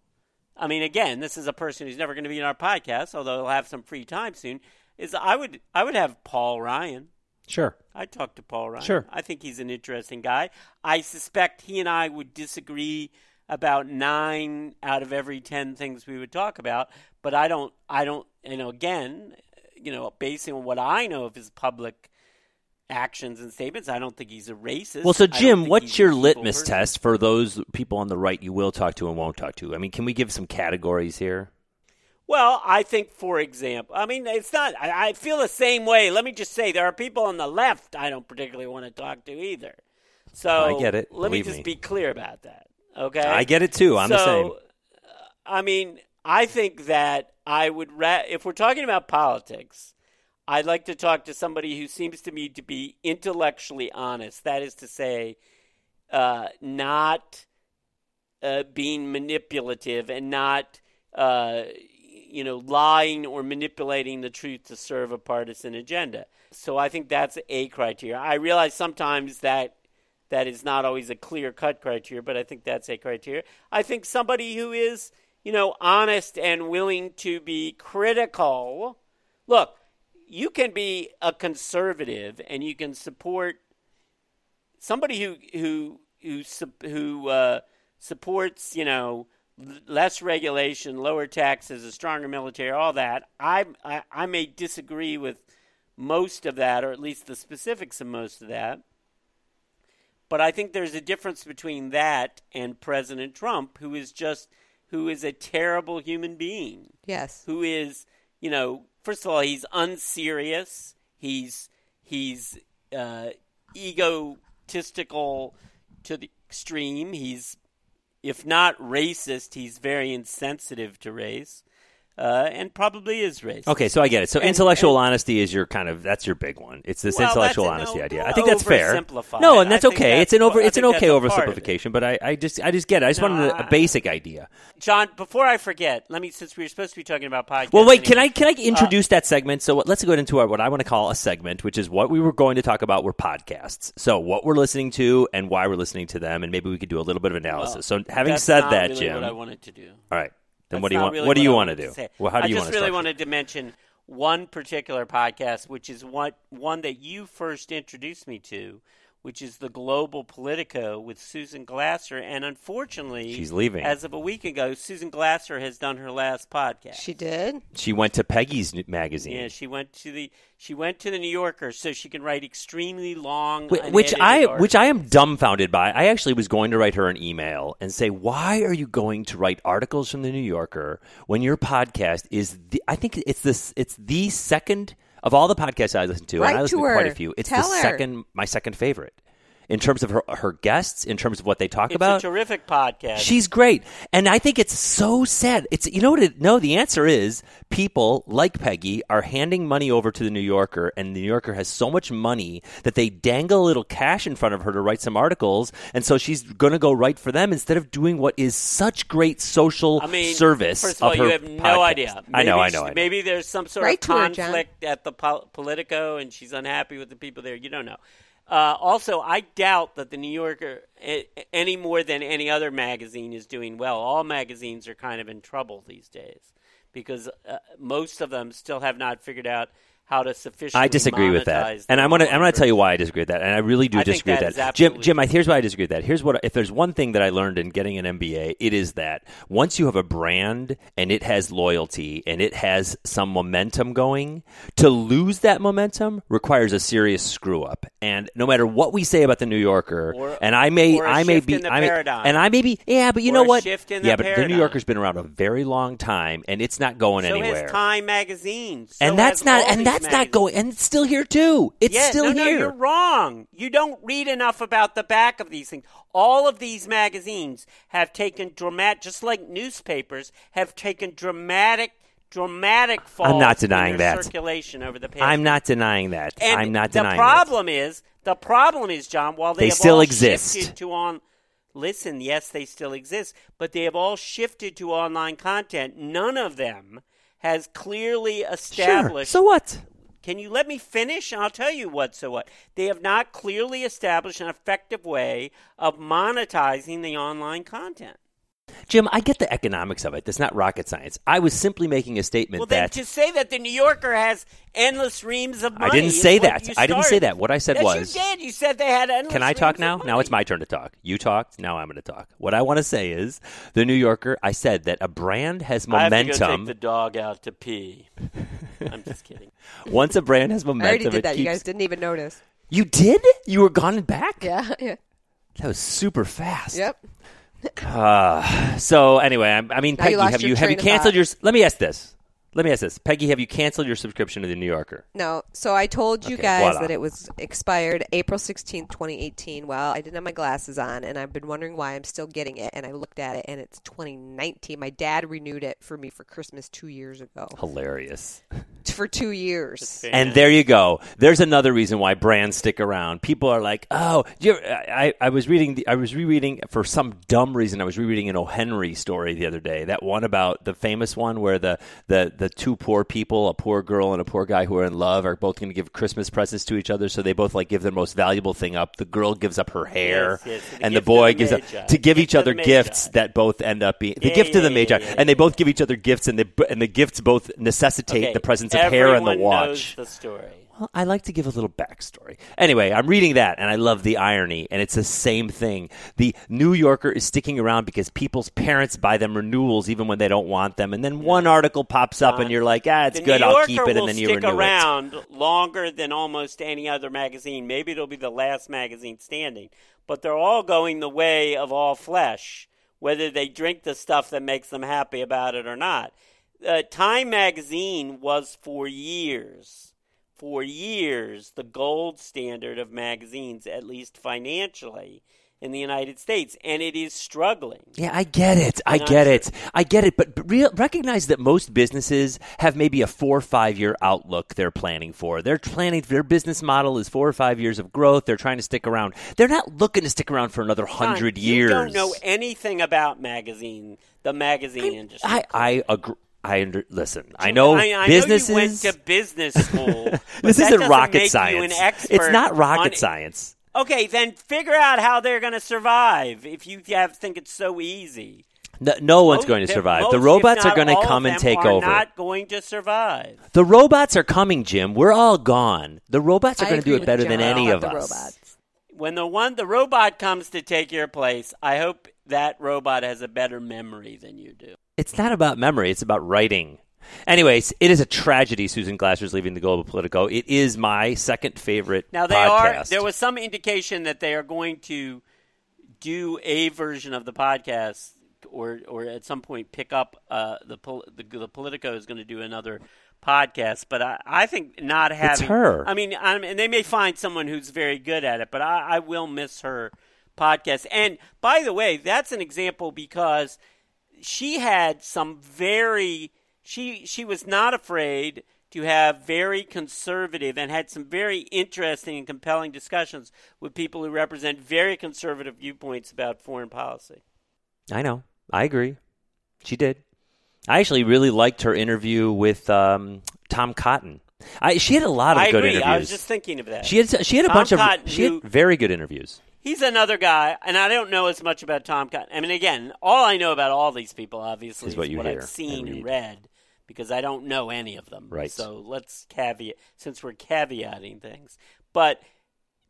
[SPEAKER 1] I mean, again, this is a person who's never going to be in our podcast, although he'll have some free time soon. Is I would I would have Paul Ryan.
[SPEAKER 3] Sure.
[SPEAKER 1] I talked to Paul Ryan.
[SPEAKER 3] Sure.
[SPEAKER 1] I think he's an interesting guy. I suspect he and I would disagree about nine out of every ten things we would talk about, but I don't I don't you know, again, you know, based on what I know of his public actions and statements, I don't think he's a racist.
[SPEAKER 3] Well, so
[SPEAKER 1] I don't
[SPEAKER 3] Jim,
[SPEAKER 1] think
[SPEAKER 3] what's
[SPEAKER 1] he's an
[SPEAKER 3] your
[SPEAKER 1] evil
[SPEAKER 3] litmus
[SPEAKER 1] person.
[SPEAKER 3] test for those people on the right you will talk to and won't talk to? I mean, can we give some categories here?
[SPEAKER 1] Well, I think, for example, I mean, it's not, I, I feel the same way. Let me just say, there are people on the left I don't particularly want to talk to either. So
[SPEAKER 3] I get it.
[SPEAKER 1] Let
[SPEAKER 3] Believe
[SPEAKER 1] me just
[SPEAKER 3] me.
[SPEAKER 1] be clear about that. Okay.
[SPEAKER 3] I get it too. I'm
[SPEAKER 1] so,
[SPEAKER 3] the same.
[SPEAKER 1] uh, I mean, I think that I would, ra- if we're talking about politics, I'd like to talk to somebody who seems to me to be intellectually honest. That is to say, uh, not uh, being manipulative and not, uh, you know, lying or manipulating the truth to serve a partisan agenda. So I think that's a criteria. I realize sometimes that that is not always a clear cut criteria, but I think that's a criteria. I think somebody who is, you know, honest and willing to be critical. Look, you can be a conservative and you can support somebody who who who sup- who uh, supports you know l- less regulation, lower taxes, a stronger military, all that. I, I I may disagree with most of that, or at least the specifics of most of that. But I think there's a difference between that and President Trump, who is just who is a terrible human being
[SPEAKER 2] Yes.
[SPEAKER 1] who is you know first of all he's unserious he's he's uh, egotistical to the extreme he's if not racist he's very insensitive to race uh, and probably is racist
[SPEAKER 3] Okay, so I get it. So
[SPEAKER 1] And-
[SPEAKER 3] intellectual honesty is your kind of that's your big one. It's this
[SPEAKER 1] Well, that's
[SPEAKER 3] intellectual
[SPEAKER 1] an
[SPEAKER 3] honesty
[SPEAKER 1] o-
[SPEAKER 3] idea. I think that's fair.
[SPEAKER 1] oversimplified.
[SPEAKER 3] No, and that's
[SPEAKER 1] I think
[SPEAKER 3] okay.
[SPEAKER 1] that's
[SPEAKER 3] it's an over.
[SPEAKER 1] part- I
[SPEAKER 3] It's an
[SPEAKER 1] think
[SPEAKER 3] okay
[SPEAKER 1] that's a part of it.
[SPEAKER 3] oversimplification, but I, I just I just get it. I just
[SPEAKER 1] No,
[SPEAKER 3] wanted a,
[SPEAKER 1] I-
[SPEAKER 3] a basic idea.
[SPEAKER 1] john before i forget let me since we were supposed to be talking about podcasts
[SPEAKER 3] Well, wait. Can
[SPEAKER 1] anyway.
[SPEAKER 3] I can I introduce that segment? So let's go into our, what I want to call a segment, which is what we were going to talk about were podcasts. So what we're listening to and why we're listening to them, and maybe we could do a little bit of analysis. so
[SPEAKER 1] Oh,
[SPEAKER 3] having
[SPEAKER 1] That's
[SPEAKER 3] said
[SPEAKER 1] not
[SPEAKER 3] that,
[SPEAKER 1] really
[SPEAKER 3] Jim,
[SPEAKER 1] what i
[SPEAKER 3] all
[SPEAKER 1] wanted to do
[SPEAKER 3] right. Then
[SPEAKER 1] That's
[SPEAKER 3] what do you
[SPEAKER 1] not
[SPEAKER 3] want?
[SPEAKER 1] really
[SPEAKER 3] what do you
[SPEAKER 1] I
[SPEAKER 3] want to
[SPEAKER 1] wanted
[SPEAKER 3] do?
[SPEAKER 1] say.
[SPEAKER 3] Well, how do you
[SPEAKER 1] I
[SPEAKER 3] want
[SPEAKER 1] just really
[SPEAKER 3] to structure
[SPEAKER 1] wanted to mention one particular podcast, which is one one that you first introduced me to, which is the Global Politico with Susan Glasser. And unforately,
[SPEAKER 3] She's leaving.
[SPEAKER 1] as of a week ago. Susan Glasser has done her last podcast.
[SPEAKER 2] She did.
[SPEAKER 3] She went to Peggy's n- magazine.
[SPEAKER 1] yeah, she went to the she went to the New Yorker, so she can write extremely long,
[SPEAKER 3] Wh- which
[SPEAKER 1] unedited
[SPEAKER 3] I
[SPEAKER 1] articles.
[SPEAKER 3] which I am dumbfounded by. I actually was going to write her an email and say, "Why are you going to write articles from the New Yorker when your podcast is the I think it's this it's the second of all the podcasts I listen to,
[SPEAKER 2] Write
[SPEAKER 3] and I listen
[SPEAKER 2] to
[SPEAKER 3] to, quite
[SPEAKER 2] her.
[SPEAKER 3] a few. It's
[SPEAKER 2] Tell
[SPEAKER 3] the
[SPEAKER 2] her.
[SPEAKER 3] second my second favorite in terms of her her guests, in terms of what they talk
[SPEAKER 1] it's
[SPEAKER 3] about.
[SPEAKER 1] a terrific podcast.
[SPEAKER 3] She's great. And I think it's so sad. It's you know what it, no, the answer is people like Peggy are handing money over to the New Yorker and the New Yorker has so much money that they dangle a little cash in front of her to write some articles and so she's going to go write for them instead of doing what is such great social
[SPEAKER 1] I mean,
[SPEAKER 3] service
[SPEAKER 1] First of all,
[SPEAKER 3] of her
[SPEAKER 1] you have no
[SPEAKER 3] podcast.
[SPEAKER 1] idea.
[SPEAKER 3] I know, I
[SPEAKER 1] Maybe
[SPEAKER 3] know.
[SPEAKER 1] she-
[SPEAKER 3] I know.
[SPEAKER 1] Maybe there's some sort
[SPEAKER 2] Write
[SPEAKER 1] of
[SPEAKER 2] to her, John.
[SPEAKER 1] conflict at the Pol- Politico, and she's unhappy with the people there. You don't know. Uh, also, I doubt that the New Yorker, a- any more than any other magazine, is doing well. All magazines are kind of in trouble these days because uh, most of them still have not figured out how to sufficiently.
[SPEAKER 3] I disagree with that,
[SPEAKER 1] monetize
[SPEAKER 3] and
[SPEAKER 1] their
[SPEAKER 3] I'm gonna I'm gonna
[SPEAKER 1] offers.
[SPEAKER 3] tell you why I disagree with that, and I really do
[SPEAKER 1] I think
[SPEAKER 3] disagree
[SPEAKER 1] that
[SPEAKER 3] with
[SPEAKER 1] is
[SPEAKER 3] that. Jim,
[SPEAKER 1] absolutely
[SPEAKER 3] Jim, I, here's why I disagree with that. Here's what if there's one thing that I learned in getting an MBA, it is that once you have a brand and it has loyalty and it has some momentum going, to lose that momentum requires a serious screw up. And no matter what we say about the New Yorker,
[SPEAKER 1] Or-
[SPEAKER 3] and I may
[SPEAKER 1] or a
[SPEAKER 3] I may
[SPEAKER 1] shift
[SPEAKER 3] be
[SPEAKER 1] in the
[SPEAKER 3] I may,
[SPEAKER 1] paradigm.
[SPEAKER 3] and I may be yeah, but you
[SPEAKER 1] Or
[SPEAKER 3] know
[SPEAKER 1] a
[SPEAKER 3] what?
[SPEAKER 1] shift in the
[SPEAKER 3] yeah, but the
[SPEAKER 1] paradigm.
[SPEAKER 3] New Yorker's been around a very long time, and it's not going
[SPEAKER 1] So
[SPEAKER 3] anywhere
[SPEAKER 1] has Time magazine, So
[SPEAKER 3] and that's
[SPEAKER 1] has
[SPEAKER 3] not
[SPEAKER 1] all
[SPEAKER 3] and
[SPEAKER 1] these
[SPEAKER 3] that's not
[SPEAKER 1] magazines.
[SPEAKER 3] going and it's still here too it's
[SPEAKER 1] yeah,
[SPEAKER 3] still
[SPEAKER 1] no,
[SPEAKER 3] here
[SPEAKER 1] No, you're wrong. You don't read enough about the back of these things. All of these magazines have taken dramatic, just like newspapers have taken dramatic, dramatic falls.
[SPEAKER 3] not
[SPEAKER 1] in
[SPEAKER 3] denying
[SPEAKER 1] their
[SPEAKER 3] that.
[SPEAKER 1] circulation over the past.
[SPEAKER 3] i'm not denying that
[SPEAKER 1] And
[SPEAKER 3] i'm not
[SPEAKER 1] the
[SPEAKER 3] denying that.
[SPEAKER 1] problem is The problem is, John, while they,
[SPEAKER 3] They
[SPEAKER 1] have
[SPEAKER 3] still
[SPEAKER 1] all
[SPEAKER 3] exist.
[SPEAKER 1] shifted to on listen, yes, they still exist, but they have all shifted to online content. None of them has clearly
[SPEAKER 3] Sure.
[SPEAKER 1] established.
[SPEAKER 3] So what?
[SPEAKER 1] Can you let me finish? And I'll tell you what. So what? They have not clearly established an effective way of monetizing the online content.
[SPEAKER 3] Jim, I get the economics of it. That's not rocket science. I was simply making a statement
[SPEAKER 1] Well, then
[SPEAKER 3] that
[SPEAKER 1] to say that the New Yorker has endless reams of money.
[SPEAKER 3] I didn't
[SPEAKER 1] is
[SPEAKER 3] say
[SPEAKER 1] what
[SPEAKER 3] that.
[SPEAKER 1] you
[SPEAKER 3] I didn't say
[SPEAKER 1] started.
[SPEAKER 3] that. What I said
[SPEAKER 1] Yes,
[SPEAKER 3] was
[SPEAKER 1] you did. You said they had endless.
[SPEAKER 3] Can I
[SPEAKER 1] reams
[SPEAKER 3] talk
[SPEAKER 1] of
[SPEAKER 3] now? Now
[SPEAKER 1] money.
[SPEAKER 3] it's my turn to talk. You talked. Now I'm going to talk. What I want to say is the New Yorker, I said that a brand has
[SPEAKER 1] I have to go take
[SPEAKER 3] momentum.
[SPEAKER 1] the dog out to pee. I'm just kidding.
[SPEAKER 3] Once a brand has
[SPEAKER 2] I already
[SPEAKER 3] momentum,
[SPEAKER 2] did
[SPEAKER 3] it
[SPEAKER 2] that. You
[SPEAKER 3] keeps-
[SPEAKER 2] guys didn't even notice.
[SPEAKER 3] You did? You were gone and back?
[SPEAKER 2] Yeah. yeah.
[SPEAKER 3] That was super fast.
[SPEAKER 2] Yep.
[SPEAKER 3] Uh, so anyway, I, I mean,
[SPEAKER 2] you
[SPEAKER 3] Peggy,
[SPEAKER 2] lost
[SPEAKER 3] have
[SPEAKER 2] your
[SPEAKER 3] you have you
[SPEAKER 2] train of thought.
[SPEAKER 3] canceled your? Let me ask this. Let me ask this, Peggy. Have you canceled your subscription to the New Yorker?
[SPEAKER 2] No. So I told you
[SPEAKER 3] Okay,
[SPEAKER 2] guys
[SPEAKER 3] voila.
[SPEAKER 2] that it was expired April 16th, 2018. Well, I didn't have my glasses on, and I've been wondering why I'm still getting it. And I looked at it, and it's 2019. My dad renewed it for me for Christmas two years ago.
[SPEAKER 3] Hilarious.
[SPEAKER 2] For two years.
[SPEAKER 3] And there you go. There's another reason why brands stick around. People are like, oh, you're, I, I was reading, the, I was rereading for some dumb reason. I was rereading an O. Henry story the other day. That one about the famous one where the the the two poor people, a poor girl and a poor guy who are in love, are both going to give Christmas presents to each other. So they both like give their most valuable thing up. The girl gives up her hair,
[SPEAKER 1] Yes, yes, the
[SPEAKER 3] and
[SPEAKER 1] gift
[SPEAKER 3] the
[SPEAKER 1] of
[SPEAKER 3] boy
[SPEAKER 1] the
[SPEAKER 3] gives up
[SPEAKER 1] Magi.
[SPEAKER 3] to give
[SPEAKER 1] Gift
[SPEAKER 3] each
[SPEAKER 1] of
[SPEAKER 3] other
[SPEAKER 1] the
[SPEAKER 3] gifts
[SPEAKER 1] Magi.
[SPEAKER 3] that both end up being the
[SPEAKER 1] Yeah,
[SPEAKER 3] gift of the
[SPEAKER 1] yeah,
[SPEAKER 3] Magi,
[SPEAKER 1] yeah, yeah,
[SPEAKER 3] and they both give each other gifts, and they and the gifts both necessitate
[SPEAKER 1] Okay,
[SPEAKER 3] the presence of hair and the
[SPEAKER 1] everyone
[SPEAKER 3] watch.
[SPEAKER 1] Knows the story.
[SPEAKER 3] Well, I like to give a little backstory. Anyway, I'm reading that and I love the irony, and it's the same thing. The New Yorker is sticking around because people's parents buy them renewals even when they don't want them, and then one article pops up and you're like, ah, it's
[SPEAKER 1] the
[SPEAKER 3] good,
[SPEAKER 1] New
[SPEAKER 3] I'll
[SPEAKER 1] Yorker
[SPEAKER 3] keep it,
[SPEAKER 1] will
[SPEAKER 3] and then you
[SPEAKER 1] stick
[SPEAKER 3] renew it.
[SPEAKER 1] around longer than almost any other magazine. Maybe it'll be the last magazine standing, but they're all going the way of all flesh, whether they drink the stuff that makes them happy about it or not. Uh, Time magazine was for years, for years, the gold standard of magazines, at least financially, in the United States, and it is struggling.
[SPEAKER 3] Yeah, I get it. I
[SPEAKER 1] I'm
[SPEAKER 3] get
[SPEAKER 1] sure.
[SPEAKER 3] it. I get it. But but real, recognize that most businesses have maybe a four or five year outlook they're planning for. They're planning, their business model is four or five years of growth. They're trying to stick around. They're not looking to stick around for another hundred
[SPEAKER 1] John,
[SPEAKER 3] years.
[SPEAKER 1] You don't know anything about magazine, the magazine industry.
[SPEAKER 3] I, I agree. I under, listen. I know
[SPEAKER 1] I, I
[SPEAKER 3] businesses.
[SPEAKER 1] Know you went to business school. but
[SPEAKER 3] this
[SPEAKER 1] that
[SPEAKER 3] isn't
[SPEAKER 1] doesn't
[SPEAKER 3] rocket
[SPEAKER 1] make You an
[SPEAKER 3] science.
[SPEAKER 1] expert
[SPEAKER 3] It's not rocket
[SPEAKER 1] on-
[SPEAKER 3] science.
[SPEAKER 1] Okay, then figure out how they're going to survive if you have, think it's so easy.
[SPEAKER 3] No, no one's
[SPEAKER 1] Most-
[SPEAKER 3] going to
[SPEAKER 1] that
[SPEAKER 3] survive.
[SPEAKER 1] most,
[SPEAKER 3] The
[SPEAKER 1] if
[SPEAKER 3] robots are
[SPEAKER 1] not
[SPEAKER 3] going to
[SPEAKER 1] all of
[SPEAKER 3] come and
[SPEAKER 1] them
[SPEAKER 3] take
[SPEAKER 1] are
[SPEAKER 3] over.
[SPEAKER 1] Not going to survive.
[SPEAKER 3] The robots are coming, Jim. We're all gone. The robots are
[SPEAKER 2] I
[SPEAKER 3] going to
[SPEAKER 2] agree
[SPEAKER 3] do it
[SPEAKER 2] with
[SPEAKER 3] better than
[SPEAKER 2] John
[SPEAKER 3] any
[SPEAKER 2] about
[SPEAKER 3] of
[SPEAKER 2] the
[SPEAKER 3] us.
[SPEAKER 2] robots.
[SPEAKER 1] When the one the robot comes to take your place, I hope that robot has a better memory than you do.
[SPEAKER 3] It's not about memory, it's about writing. Anyways, it is a tragedy Susan Glasser's leaving the Global Politico. It is my second favorite
[SPEAKER 1] Now they
[SPEAKER 3] podcast.
[SPEAKER 1] are. There was some indication that they are going to do a version of the podcast, or or at some point pick up uh, the, pol- the the Politico is going to do another podcast. But I, I think not having
[SPEAKER 3] her.
[SPEAKER 1] I mean, i and they may find someone who's very good at it, but I, I will miss her podcast. And by the way, that's an example because she had some very she she was not afraid to have very conservative and had some very interesting and compelling discussions with people who represent very conservative viewpoints about foreign policy.
[SPEAKER 3] I know. I agree. She did. I actually really liked her interview with um, Tom Cotton. I, she had a lot of
[SPEAKER 1] I
[SPEAKER 3] good
[SPEAKER 1] agree.
[SPEAKER 3] interviews.
[SPEAKER 1] I was just thinking of that.
[SPEAKER 3] she had she had a
[SPEAKER 1] Tom
[SPEAKER 3] bunch
[SPEAKER 1] Cotton,
[SPEAKER 3] of she had
[SPEAKER 1] who-
[SPEAKER 3] very good interviews.
[SPEAKER 1] He's another guy, and I don't know as much about Tom Cotton. I mean, again, all I know about all these people, obviously,
[SPEAKER 3] Is what you hear
[SPEAKER 1] I've seen
[SPEAKER 3] and
[SPEAKER 1] and
[SPEAKER 3] read.
[SPEAKER 1] read because I don't know any of them.
[SPEAKER 3] Right.
[SPEAKER 1] So let's caveat, since we're caveating things. But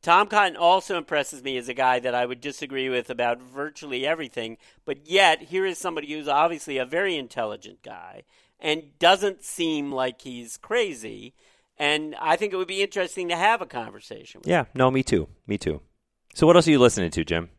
[SPEAKER 1] Tom Cotton also impresses me as a guy that I would disagree with about virtually everything, but yet here is somebody who's obviously a very intelligent guy and doesn't seem like he's crazy. And I think it would be interesting to have a conversation with
[SPEAKER 3] Yeah. No, me too. Me too. So what else are you listening to, Jim?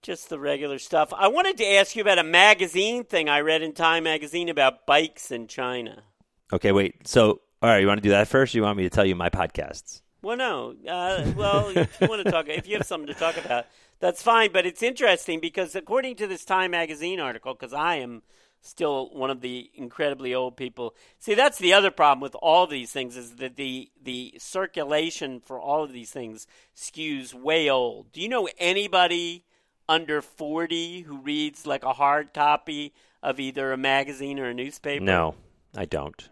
[SPEAKER 1] just the regular stuff. I wanted to ask you about a magazine thing I read in Time magazine about bikes in China.
[SPEAKER 3] Okay, wait. So all right, you want to do that first? Or you want me to tell you my podcasts?
[SPEAKER 1] Well, no. Uh, well, if you want to talk, if you have something to talk about, that's fine. But it's interesting because according to this Time magazine article, because I am still one of the incredibly old people. See, that's the other problem with all these things is that the the circulation for all of these things skews way old. Do you know anybody under 40 who reads like a hard copy of either a magazine or a newspaper?
[SPEAKER 3] No, I don't.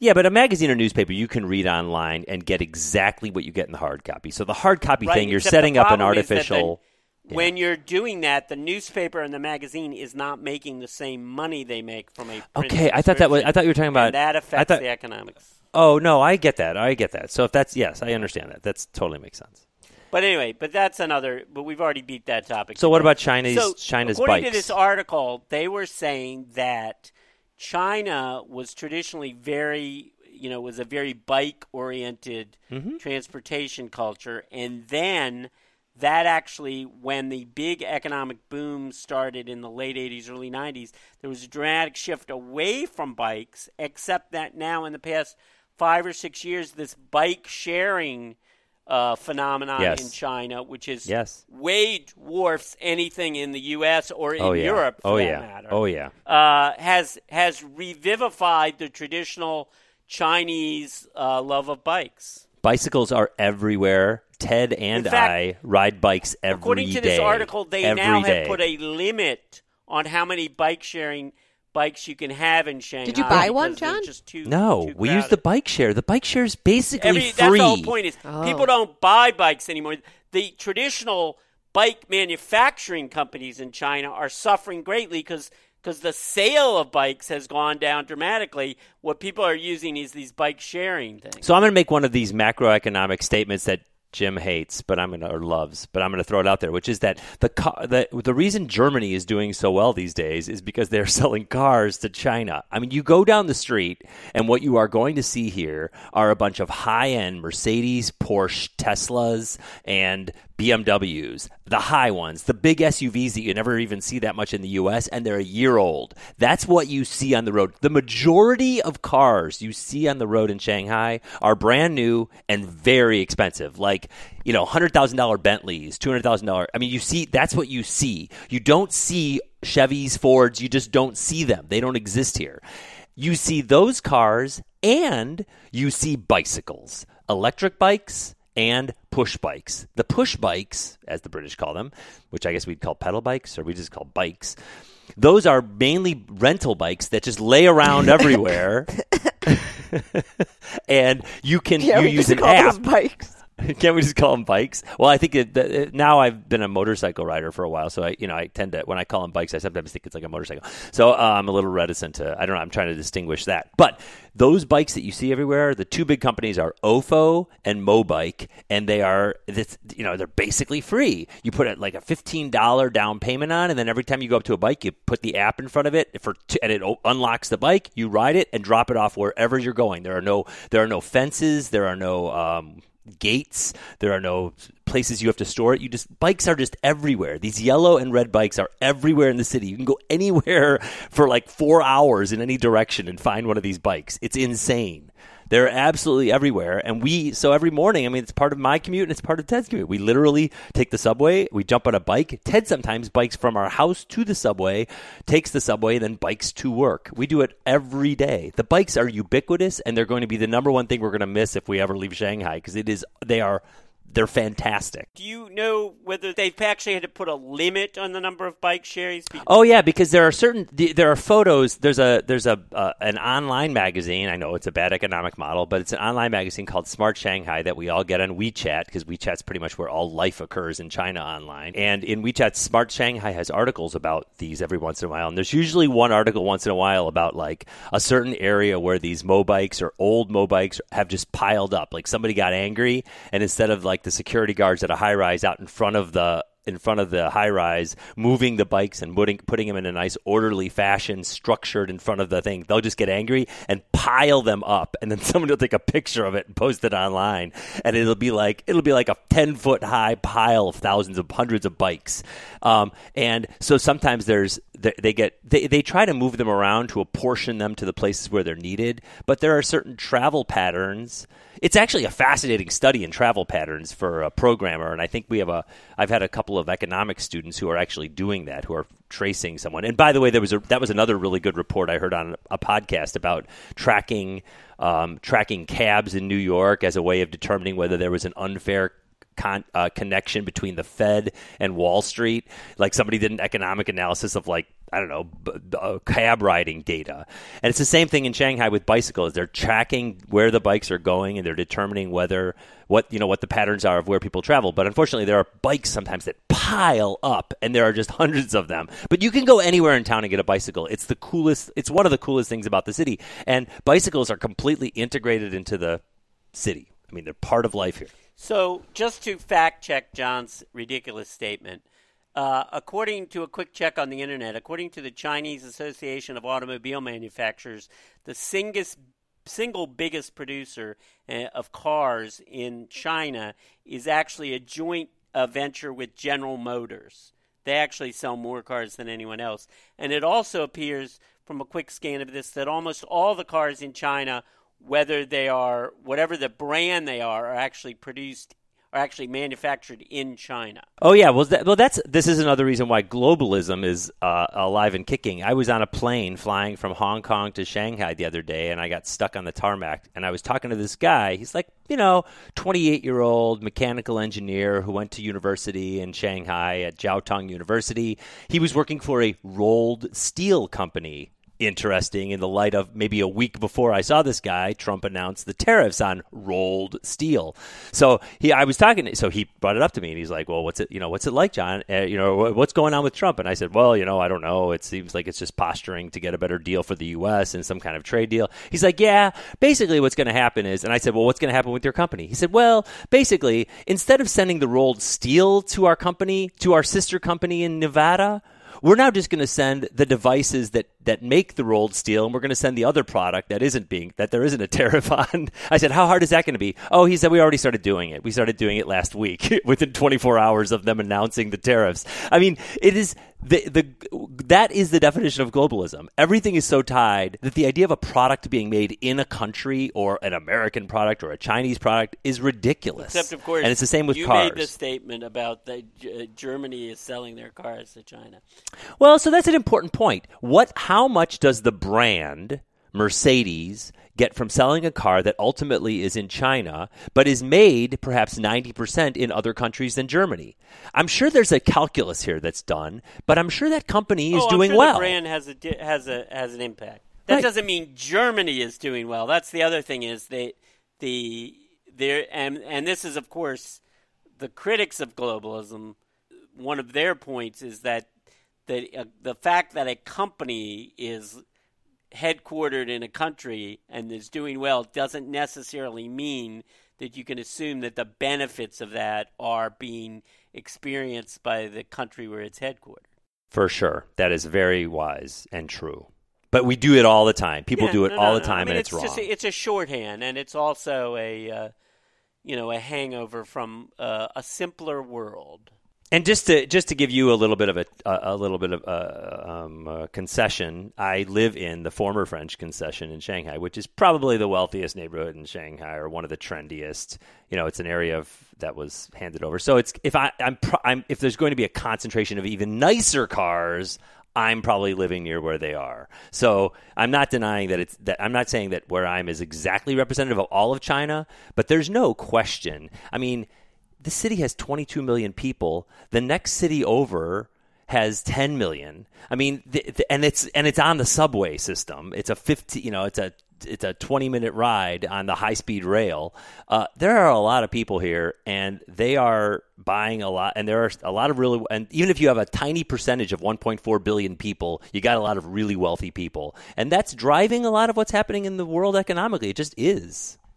[SPEAKER 3] Yeah, but a magazine or newspaper you can read online and get exactly what you get in the hard copy. So the hard copy
[SPEAKER 1] Right,
[SPEAKER 3] thing, you're
[SPEAKER 1] except the
[SPEAKER 3] setting up an
[SPEAKER 1] problem is that the-
[SPEAKER 3] artificial.
[SPEAKER 1] When you're doing that, the newspaper and the magazine is not making the same money they make from a print
[SPEAKER 3] Okay, I thought that was. I
[SPEAKER 1] subscription,
[SPEAKER 3] thought you were talking about
[SPEAKER 1] and that
[SPEAKER 3] I
[SPEAKER 1] affects
[SPEAKER 3] thought,
[SPEAKER 1] the economics.
[SPEAKER 3] Oh no, I get that. I get that. So if that's yes, I understand that. That's totally makes sense.
[SPEAKER 1] But anyway, but that's another. But we've already beat that topic.
[SPEAKER 3] So what
[SPEAKER 1] today.
[SPEAKER 3] about Chinese
[SPEAKER 1] so
[SPEAKER 3] China's
[SPEAKER 1] according
[SPEAKER 3] bikes?
[SPEAKER 1] to this article, they were saying that China was traditionally very, you know, was a very bike-oriented
[SPEAKER 3] Mm-hmm.
[SPEAKER 1] transportation culture, and then that actually, when the big economic boom started in the late '80s, early '90s, there was a dramatic shift away from bikes. Except that now, in the past five or six years, this bike sharing uh, phenomenon
[SPEAKER 3] Yes.
[SPEAKER 1] in China, which is
[SPEAKER 3] Yes.
[SPEAKER 1] way dwarfs anything in the U.S. or in
[SPEAKER 3] oh yeah.
[SPEAKER 1] Europe, for
[SPEAKER 3] oh
[SPEAKER 1] that
[SPEAKER 3] yeah.
[SPEAKER 1] matter.
[SPEAKER 3] Oh yeah.
[SPEAKER 1] Uh, has has revivified the traditional Chinese uh, love of bikes.
[SPEAKER 3] Bicycles are everywhere. Ted and
[SPEAKER 1] In fact,
[SPEAKER 3] I ride bikes every day.
[SPEAKER 1] According to this article, they
[SPEAKER 3] Every
[SPEAKER 1] now
[SPEAKER 3] day.
[SPEAKER 1] have put a limit on how many bike sharing bikes you can have in Shanghai.
[SPEAKER 2] you buy one,
[SPEAKER 1] because they're
[SPEAKER 2] John?
[SPEAKER 1] Just too,
[SPEAKER 3] No,
[SPEAKER 1] too
[SPEAKER 3] we use
[SPEAKER 1] crowded.
[SPEAKER 3] the bike share. The bike share is basically
[SPEAKER 1] Every,
[SPEAKER 3] free.
[SPEAKER 1] That's the whole point is
[SPEAKER 2] Oh.
[SPEAKER 1] people don't buy bikes anymore. The traditional bike manufacturing companies in China are suffering greatly because the sale of bikes has gone down dramatically. What people are using is these bike sharing things.
[SPEAKER 3] So I'm going to make one of these macroeconomic statements that Jim hates, but I'm going to or loves, but I'm going to throw it out there, which is that the car, the the reason Germany is doing so well these days is because they're selling cars to China. I mean, you go down the street and what you are going to see here are a bunch of high-end Mercedes, Porsche, Teslas, and BMWs, the high ones, the big SUVs that you never even see that much in the US, and they're a year old. That's what you see on the road. The majority of cars you see on the road in Shanghai are brand new and very expensive, like, you know, $100,000 Bentleys, $200,000. I mean, you see, that's what you see. You don't see Chevys, Fords, you just don't see them. They don't exist here. You see those cars and you see bicycles, electric bikes and push bikes. The push bikes, as the British call them, which I guess we'd call pedal bikes or we just call bikes, those are mainly rental bikes that just lay around everywhere. and you can
[SPEAKER 2] Yeah,
[SPEAKER 3] you
[SPEAKER 2] we
[SPEAKER 3] use
[SPEAKER 2] just
[SPEAKER 3] an
[SPEAKER 2] call those
[SPEAKER 3] app.
[SPEAKER 2] bikes.
[SPEAKER 3] Can't we just call them bikes? Well, I think it, that- it, now I've been a motorcycle rider for a while, so I, you know, I tend to when I call them bikes, I sometimes think it's like a motorcycle. So uh, I'm a little reticent to. I don't know. I'm trying to distinguish that. But those bikes that you see everywhere, the two big companies are Ofo and Mobike, and they are, it's, you know, they're basically free. You put it like a fifteen dollar down payment on, and then every time you go up to a bike, you put the app in front of it for, t- and it o- unlocks the bike. You ride it and drop it off wherever you're going. There are no, there are no fences. There are no. Um, gates. There are no places you have to store it. You just bikes are just everywhere. These yellow and red bikes are everywhere in the city. You can go anywhere for like 4 hours in any direction and find one of these bikes. It's insane. They're absolutely everywhere and we so every morning, I mean it's part of my commute and it's part of Ted's commute. We literally take the subway, we jump on a bike. Ted sometimes bikes from our house to the subway, takes the subway and then bikes to work. We do it every day. The bikes are ubiquitous and they're going to be the number one thing we're going to miss if we ever leave Shanghai because it is they are they're fantastic.
[SPEAKER 1] Do you know whether they've actually had to put a limit on the number of bike shares?
[SPEAKER 3] Oh yeah, because there are certain th- there are photos. There's a there's a uh, an online magazine. I know it's a bad economic model, but it's an online magazine called Smart Shanghai that we all get on WeChat because WeChat's pretty much where all life occurs in China online. And in WeChat, Smart Shanghai has articles about these every once in a while. And there's usually one article once in a while about like a certain area where these mobikes or old mobikes have just piled up. Like somebody got angry, and instead of like the security guards at a high rise out in front of the in front of the high rise, moving the bikes and putting, putting them in a nice orderly fashion, structured in front of the thing. They'll just get angry and pile them up, and then someone will take a picture of it and post it online, and it'll be like it'll be like a ten foot high pile of thousands of hundreds of bikes. Um, and so sometimes there's they, they get they, they try to move them around to apportion them to the places where they're needed but there are certain travel patterns it's actually a fascinating study in travel patterns for a programmer and i think we have a i've had a couple of economics students who are actually doing that who are tracing someone and by the way there was a that was another really good report i heard on a podcast about tracking um, tracking cabs in new york as a way of determining whether there was an unfair con- uh, connection between the Fed and Wall Street. Like somebody did an economic analysis of like I don't know b- b- uh, cab riding data, and it's the same thing in Shanghai with bicycles. They're tracking where the bikes are going and they're determining whether what you know what the patterns are of where people travel. But unfortunately, there are bikes sometimes that pile up, and there are just hundreds of them. But you can go anywhere in town and get a bicycle. It's the coolest. It's one of the coolest things about the city, and bicycles are completely integrated into the city. I mean, they're part of life here.
[SPEAKER 1] So, just to fact check John's ridiculous statement, uh, according to a quick check on the internet, according to the Chinese Association of Automobile Manufacturers, the singus, single biggest producer uh, of cars in China is actually a joint uh, venture with General Motors. They actually sell more cars than anyone else. And it also appears from a quick scan of this that almost all the cars in China whether they are whatever the brand they are are actually produced are actually manufactured in China.
[SPEAKER 3] Oh yeah, well, that, well that's this is another reason why globalism is uh, alive and kicking. I was on a plane flying from Hong Kong to Shanghai the other day, and I got stuck on the tarmac. And I was talking to this guy. He's like, you know, 28 year old mechanical engineer who went to university in Shanghai at Jiao Tong University. He was working for a rolled steel company interesting in the light of maybe a week before I saw this guy, Trump announced the tariffs on rolled steel. So he, I was talking, to, so he brought it up to me, and he's like, "Well, what's it, you know, what's it like, John? Uh, you know, what's going on with Trump?" And I said, "Well, you know, I don't know. It seems like it's just posturing to get a better deal for the U.S. and some kind of trade deal." He's like, "Yeah, basically, what's going to happen is," and I said, "Well, what's going to happen with your company?" He said, "Well, basically, instead of sending the rolled steel to our company, to our sister company in Nevada." we're now just going to send the devices that that make the rolled steel and we're going to send the other product that isn't being that there isn't a tariff on i said how hard is that going to be oh he said we already started doing it we started doing it last week within 24 hours of them announcing the tariffs i mean it is the, the that is the definition of globalism everything is so tied that the idea of a product being made in a country or an american product or a chinese product is ridiculous
[SPEAKER 1] Except of course,
[SPEAKER 3] and it's the same with
[SPEAKER 1] you
[SPEAKER 3] cars
[SPEAKER 1] made the statement about that uh, Germany is selling their cars to China.
[SPEAKER 3] Well, so that's an important point. What how much does the brand Mercedes get from selling a car that ultimately is in China but is made perhaps 90% in other countries than Germany? I'm sure there's a calculus here that's done, but I'm sure that company is
[SPEAKER 1] oh, I'm
[SPEAKER 3] doing
[SPEAKER 1] sure
[SPEAKER 3] well.
[SPEAKER 1] The brand has a di- has a has an impact. That
[SPEAKER 3] Right.
[SPEAKER 1] doesn't mean Germany is doing well. That's the other thing is they the there and and this is of course the critics of globalism. One of their points is that that uh, the fact that a company is headquartered in a country and is doing well doesn't necessarily mean that you can assume that the benefits of that are being experienced by the country where it's headquartered.
[SPEAKER 3] For sure. That is very wise and true. But we do it all the time. People
[SPEAKER 1] Yeah,
[SPEAKER 3] do it
[SPEAKER 1] no,
[SPEAKER 3] all
[SPEAKER 1] no,
[SPEAKER 3] the
[SPEAKER 1] no.
[SPEAKER 3] time
[SPEAKER 1] I mean,
[SPEAKER 3] and
[SPEAKER 1] it's
[SPEAKER 3] it's,
[SPEAKER 1] Just
[SPEAKER 3] wrong.
[SPEAKER 1] a, it's a shorthand, and it's also a uh, you know a hangover from uh, a simpler world.
[SPEAKER 3] And just to just to give you a little bit of a a, a little bit of a, um, a concession, I live in the former French concession in Shanghai, which is probably the wealthiest neighborhood in Shanghai or one of the trendiest. You know, it's an area of, that was handed over. So it's if I I'm, pro, I'm if there's going to be a concentration of even nicer cars, I'm probably living near where they are. So I'm not denying that it's that I'm not saying that where I'm is exactly representative of all of China, but there's no question. I mean the city has 22 million people. The next city over has 10 million. I mean, th- th- and it's and it's on the subway system. It's a 50, you know, it's a it's a 20 minute ride on the high speed rail. Uh, there are a lot of people here, and they are buying a lot. And there are a lot of really, and even if you have a tiny percentage of 1.4 billion people, you got a lot of really wealthy people, and that's driving a lot of what's happening in the world economically. It just is.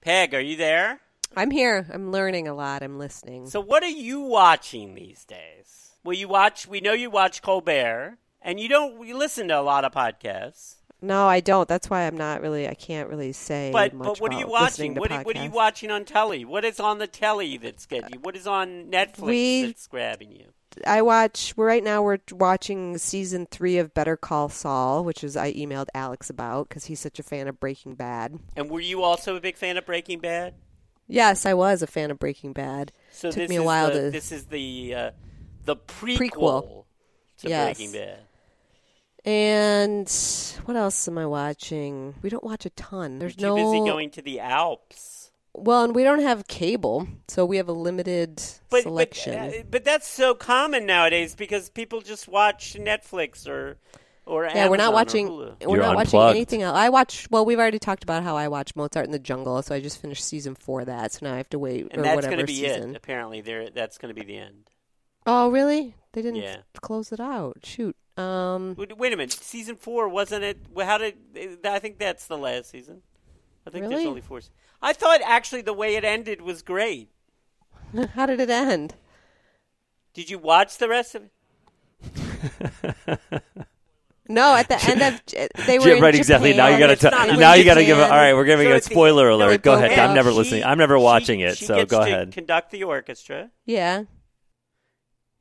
[SPEAKER 1] Peg, are you there?
[SPEAKER 2] I'm here. I'm learning a lot. I'm listening.
[SPEAKER 1] So, what are you watching these days? Well, you watch. We know you watch Colbert, and you don't. You listen to a lot of podcasts,
[SPEAKER 2] no, I don't. That's why I'm not really. I can't really say.
[SPEAKER 1] but
[SPEAKER 2] much
[SPEAKER 1] but what are
[SPEAKER 2] about
[SPEAKER 1] you watching?
[SPEAKER 2] listening to
[SPEAKER 1] What are, what are you
[SPEAKER 2] podcasts.
[SPEAKER 1] watching on telly? What is on the telly that's getting you? What is on Netflix
[SPEAKER 2] We-
[SPEAKER 1] that's grabbing you?
[SPEAKER 2] I watch. We're right now. We're watching season three of Better Call Saul, which is I emailed Alex about because he's such a fan of Breaking Bad.
[SPEAKER 1] And were you also a big fan of Breaking Bad?
[SPEAKER 2] Yes, I was a fan of Breaking Bad.
[SPEAKER 1] So
[SPEAKER 2] Took
[SPEAKER 1] this
[SPEAKER 2] me a
[SPEAKER 1] is
[SPEAKER 2] while
[SPEAKER 1] the,
[SPEAKER 2] to-
[SPEAKER 1] This is the uh, the prequel,
[SPEAKER 2] Prequel.
[SPEAKER 1] to
[SPEAKER 2] Yes.
[SPEAKER 1] Breaking Bad.
[SPEAKER 2] And what else am I watching? We don't watch a ton. There's
[SPEAKER 1] Too
[SPEAKER 2] no
[SPEAKER 1] busy going to the Alps.
[SPEAKER 2] well, and we don't have cable, so we have a limited
[SPEAKER 1] But,
[SPEAKER 2] selection.
[SPEAKER 1] But, uh, but that's so common nowadays because people just watch Netflix or or
[SPEAKER 2] yeah, we're
[SPEAKER 1] Amazon
[SPEAKER 2] not watching.
[SPEAKER 1] or Hulu.
[SPEAKER 2] We're
[SPEAKER 3] You're
[SPEAKER 2] not
[SPEAKER 3] unplugged.
[SPEAKER 2] watching anything else. I watch. Well, we've already talked about how I watch Mozart in the Jungle, so I just finished season four of that. So now I have to wait
[SPEAKER 1] And
[SPEAKER 2] or
[SPEAKER 1] that's
[SPEAKER 2] whatever
[SPEAKER 1] gonna be
[SPEAKER 2] season.
[SPEAKER 1] it. Apparently, there that's going to be the end.
[SPEAKER 2] Oh, really? They didn't
[SPEAKER 1] Yeah.
[SPEAKER 2] close it out. Shoot. Um,
[SPEAKER 1] Wait, wait a minute, season four wasn't it? well, How did uh, I think that's the last season? I think there's
[SPEAKER 2] Really?
[SPEAKER 1] only four. se- I thought actually the way it ended was great.
[SPEAKER 2] how did it end?
[SPEAKER 1] Did you watch the rest of it?
[SPEAKER 2] No, at the end of they were
[SPEAKER 3] Jim,
[SPEAKER 2] in
[SPEAKER 3] right, exactly. Now
[SPEAKER 2] Japan.
[SPEAKER 3] you got to
[SPEAKER 1] It's not
[SPEAKER 3] tell.
[SPEAKER 1] like
[SPEAKER 3] Now you got to
[SPEAKER 2] Japan.
[SPEAKER 3] give. it- All right, we're giving
[SPEAKER 1] So
[SPEAKER 3] a
[SPEAKER 1] it's the-
[SPEAKER 3] spoiler
[SPEAKER 1] no,
[SPEAKER 3] alert.
[SPEAKER 1] it
[SPEAKER 3] Go
[SPEAKER 1] broke
[SPEAKER 3] ahead. I'm
[SPEAKER 1] up.
[SPEAKER 3] never
[SPEAKER 1] She-
[SPEAKER 3] listening. I'm never watching
[SPEAKER 1] she-
[SPEAKER 3] it.
[SPEAKER 1] she
[SPEAKER 3] So
[SPEAKER 1] gets
[SPEAKER 3] go
[SPEAKER 1] to
[SPEAKER 3] ahead.
[SPEAKER 1] Conduct the orchestra,
[SPEAKER 2] Yeah.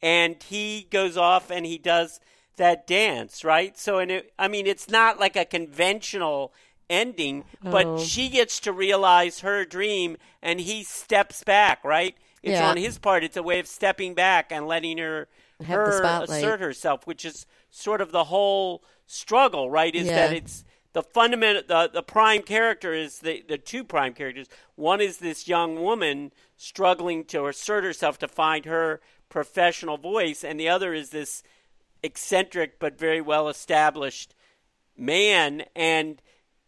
[SPEAKER 1] and he goes off and he does that dance, right? So, and it, I mean, it's not like a conventional ending,
[SPEAKER 2] Oh.
[SPEAKER 1] but she gets to realize her dream, and he steps back, right? It's
[SPEAKER 2] Yeah.
[SPEAKER 1] on his part. It's a way of stepping back and letting her
[SPEAKER 2] Have the
[SPEAKER 1] her
[SPEAKER 2] spotlight.
[SPEAKER 1] assert herself, which is sort of the whole struggle, right? Is that
[SPEAKER 2] Yeah.
[SPEAKER 1] it's the fundamental, the, the prime character is the, the two prime characters. One is this young woman struggling to assert herself to find her professional voice, and the other is this eccentric but very well established man and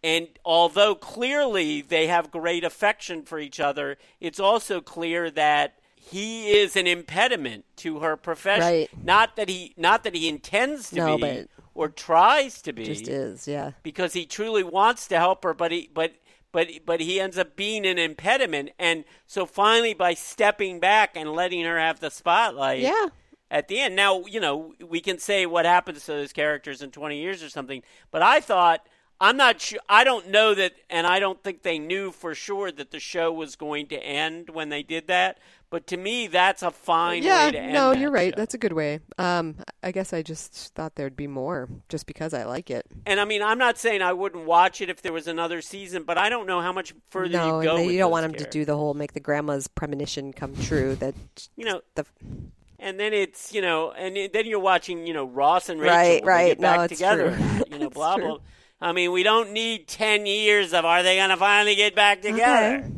[SPEAKER 1] and although clearly they have great affection for each other it's also clear that he is an impediment to her profession
[SPEAKER 2] Right.
[SPEAKER 1] not that he not that he intends to
[SPEAKER 2] No,
[SPEAKER 1] be
[SPEAKER 2] but-
[SPEAKER 1] or tries to be
[SPEAKER 2] Just is. Yeah.
[SPEAKER 1] because he truly wants to help her, but he but but but he ends up being an impediment, and so finally by stepping back and letting her have the spotlight,
[SPEAKER 2] Yeah.
[SPEAKER 1] At the end, now you know we can say what happens to those characters in twenty years or something, but I thought I'm not sure. I don't know that, and I don't think they knew for sure that the show was going to end when they did that. But to me, that's a fine way to
[SPEAKER 2] Yeah.
[SPEAKER 1] end.
[SPEAKER 2] No,
[SPEAKER 1] that
[SPEAKER 2] you're right.
[SPEAKER 1] show.
[SPEAKER 2] That's a good way. Um, I guess I just thought there'd be more, just because I like it.
[SPEAKER 1] and I mean, I'm not saying I wouldn't watch it if there was another season, but I don't know how much further
[SPEAKER 2] no,
[SPEAKER 1] you go.
[SPEAKER 2] and they-
[SPEAKER 1] with
[SPEAKER 2] you don't
[SPEAKER 1] those
[SPEAKER 2] want him to do the whole make the grandma's premonition come true. That
[SPEAKER 1] You know,
[SPEAKER 2] the
[SPEAKER 1] and then it's you know, and it- then you're watching you know Ross and Rachel
[SPEAKER 2] Right,
[SPEAKER 1] when they
[SPEAKER 2] right.
[SPEAKER 1] get back
[SPEAKER 2] No, it's
[SPEAKER 1] together.
[SPEAKER 2] true.
[SPEAKER 1] and that, You know,
[SPEAKER 2] It's
[SPEAKER 1] blah
[SPEAKER 2] true.
[SPEAKER 1] blah. I mean, we don't need ten years of are they going to finally get back together?
[SPEAKER 2] Okay.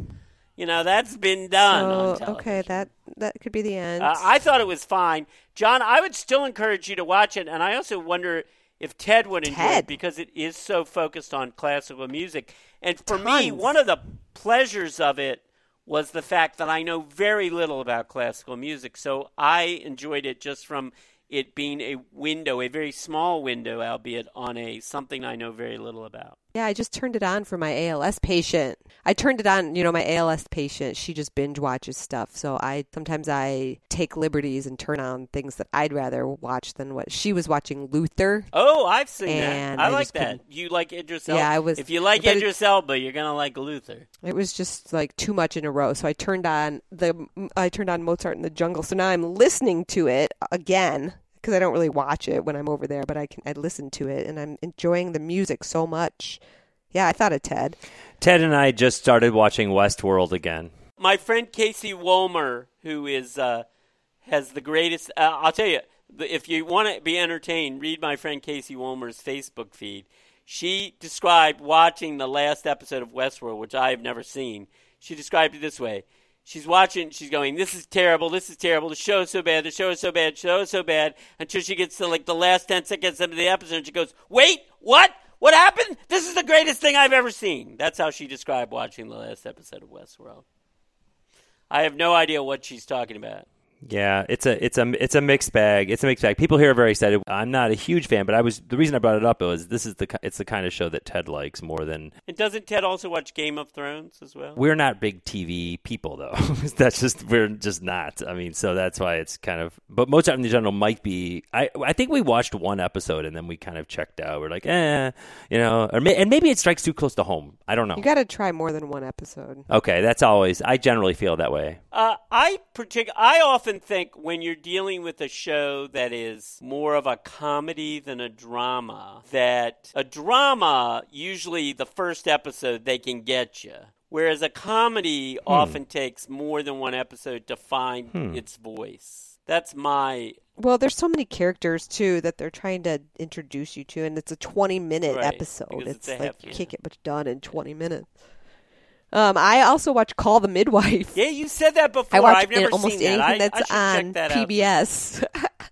[SPEAKER 1] You know, that's been done. on
[SPEAKER 2] oh,
[SPEAKER 1] television.
[SPEAKER 2] okay, that that could be the end.
[SPEAKER 1] Uh, I thought it was fine, John. I would still encourage you to watch it, and I also wonder if Ted would enjoy it
[SPEAKER 2] Ted.
[SPEAKER 1] because it is so focused on classical music. And for me,
[SPEAKER 2] Tons.
[SPEAKER 1] one of the pleasures of it was the fact that I know very little about classical music, so I enjoyed it just from it being a window, a very small window, albeit on a something I know very little about.
[SPEAKER 2] yeah, I just turned it on for my ALS patient. I turned it on, you know, my ALS patient. She just binge watches stuff, so I sometimes I take liberties and turn on things that I'd rather watch than what she was watching. Luther.
[SPEAKER 1] Oh, I've seen
[SPEAKER 2] And
[SPEAKER 1] that. I,
[SPEAKER 2] I
[SPEAKER 1] like
[SPEAKER 2] just
[SPEAKER 1] that.
[SPEAKER 2] couldn't-
[SPEAKER 1] You like Idris
[SPEAKER 2] Yeah,
[SPEAKER 1] Elba.
[SPEAKER 2] I was-
[SPEAKER 1] If you like
[SPEAKER 2] but it-
[SPEAKER 1] Idris Elba, you're gonna like Luther.
[SPEAKER 2] It was just like too much in a row, so I turned on the I turned on Mozart in the Jungle. So now I'm listening to it again because I don't really watch it when I'm over there, but I can I listen to it and I'm enjoying the music so much. Yeah, I thought of Ted.
[SPEAKER 3] Ted and I just started watching Westworld again.
[SPEAKER 1] my friend Casey Womer, who is uh, has the greatest. Uh, I'll tell you, the- if you want to be entertained, read my friend Casey Womer's Facebook feed. She described watching the last episode of Westworld, which I have never seen. She described it this way: She's watching, she's going, "This is terrible. This is terrible. The show is so bad. The show is so bad. The show is so bad." Until she gets to like the last ten seconds of the episode, and she goes, "Wait, what?" What happened? This is the greatest thing I've ever seen. That's how she described watching the last episode of Westworld. I have no idea what she's talking about.
[SPEAKER 3] Yeah, it's a it's a it's a mixed bag. It's a mixed bag. People here are very excited. I'm not a huge fan, but I was the reason I brought it up was this is the ki- it's the kind of show that Ted likes more than
[SPEAKER 1] And doesn't Ted also watch Game of Thrones as well?
[SPEAKER 3] we're not big TV people though. that's just we're just not. I mean, so that's why it's kind of. But Mozart in the General might be. I I think we watched one episode and then we kind of checked out. We're like, eh, you know, or may, and maybe it strikes too close to home. I don't know.
[SPEAKER 2] You got to try more than one episode.
[SPEAKER 3] okay, that's always. I generally feel that way.
[SPEAKER 1] Uh, I partic- I often think when you're dealing with a show that is more of a comedy than a drama, that a drama, usually the first episode, they can get you. Whereas a comedy
[SPEAKER 2] Hmm.
[SPEAKER 1] often takes more than one episode to find its voice. That's my
[SPEAKER 2] Well, there's so many characters too that they're trying to introduce you to, and it's a 20 minute
[SPEAKER 1] Right,
[SPEAKER 2] episode.
[SPEAKER 1] because it's
[SPEAKER 2] It's,
[SPEAKER 1] a
[SPEAKER 2] like
[SPEAKER 1] half-
[SPEAKER 2] kick it, but done in 20 minutes. Um, I also watch Call the Midwife.
[SPEAKER 1] yeah. You said that before.
[SPEAKER 2] I watch
[SPEAKER 1] have never
[SPEAKER 2] almost
[SPEAKER 1] seen that.
[SPEAKER 2] anything
[SPEAKER 1] I- I
[SPEAKER 2] that's
[SPEAKER 1] should check
[SPEAKER 2] on
[SPEAKER 1] that out.
[SPEAKER 2] PBS.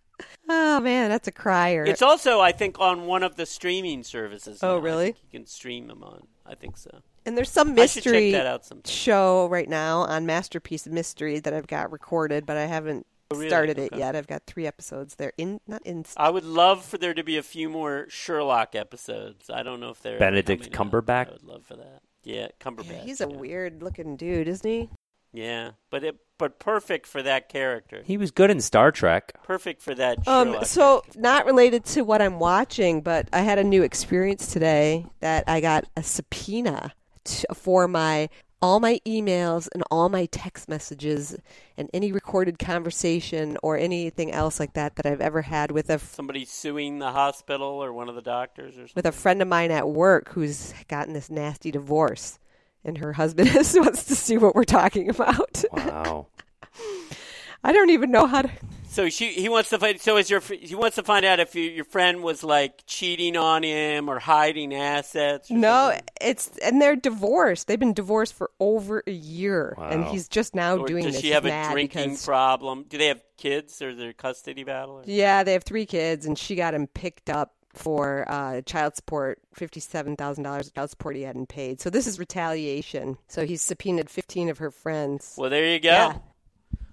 [SPEAKER 2] oh man, that's a crier.
[SPEAKER 1] It's also, I think, on one of the streaming services.
[SPEAKER 2] Oh,
[SPEAKER 1] now. I
[SPEAKER 2] really?
[SPEAKER 1] think you can stream them on. I think so.
[SPEAKER 2] and there's some
[SPEAKER 1] I should check
[SPEAKER 2] mystery
[SPEAKER 1] that out sometime.
[SPEAKER 2] show right now on Masterpiece Mystery that I've got recorded, but I haven't
[SPEAKER 1] Oh, really?
[SPEAKER 2] started it
[SPEAKER 1] Okay.
[SPEAKER 2] yet. I've got three episodes. They're in not in.
[SPEAKER 1] I would love for there to be a few more Sherlock episodes. I don't know if they're ever
[SPEAKER 3] Benedict
[SPEAKER 1] coming out.
[SPEAKER 3] Cumberbatch?
[SPEAKER 1] I would love for that. Yeah, Cumberbatch.
[SPEAKER 2] Yeah,
[SPEAKER 1] Yeah,
[SPEAKER 2] he's a weird looking dude, isn't he?
[SPEAKER 1] Yeah, but it but perfect for that character.
[SPEAKER 3] He was good in Star Trek.
[SPEAKER 1] Perfect for that.
[SPEAKER 2] Um,
[SPEAKER 1] Sherlock
[SPEAKER 2] so
[SPEAKER 1] character.
[SPEAKER 2] not related to what I'm watching, but I had a new experience today that I got a subpoena t- for my all my emails and all my text messages and any recorded conversation or anything else like that that I've ever had with a f-
[SPEAKER 1] somebody suing the hospital or one of the doctors or something.
[SPEAKER 2] with a friend of mine at work who's gotten this nasty divorce, and her husband is, wants to see what we're talking about.
[SPEAKER 3] Wow.
[SPEAKER 2] I don't even know how to.
[SPEAKER 1] So she he wants to find. So is your fr- he wants to find out if you, your friend was like cheating on him or hiding assets. or
[SPEAKER 2] No,
[SPEAKER 1] something.
[SPEAKER 2] it's and they're divorced. They've been divorced for over a year, and
[SPEAKER 3] Wow.
[SPEAKER 2] he's just now
[SPEAKER 1] Or
[SPEAKER 2] doing
[SPEAKER 1] does
[SPEAKER 2] this.
[SPEAKER 1] she
[SPEAKER 2] He's
[SPEAKER 1] have a
[SPEAKER 2] mad
[SPEAKER 1] drinking
[SPEAKER 2] because-
[SPEAKER 1] problem? Do they have kids or their custody battle? Or-
[SPEAKER 2] Yeah, they have three kids, and she got him picked up for uh, child support, fifty-seven thousand dollars of child support he hadn't paid. So this is retaliation. So he's subpoenaed fifteen of her friends.
[SPEAKER 1] Well, there you go.
[SPEAKER 2] Yeah.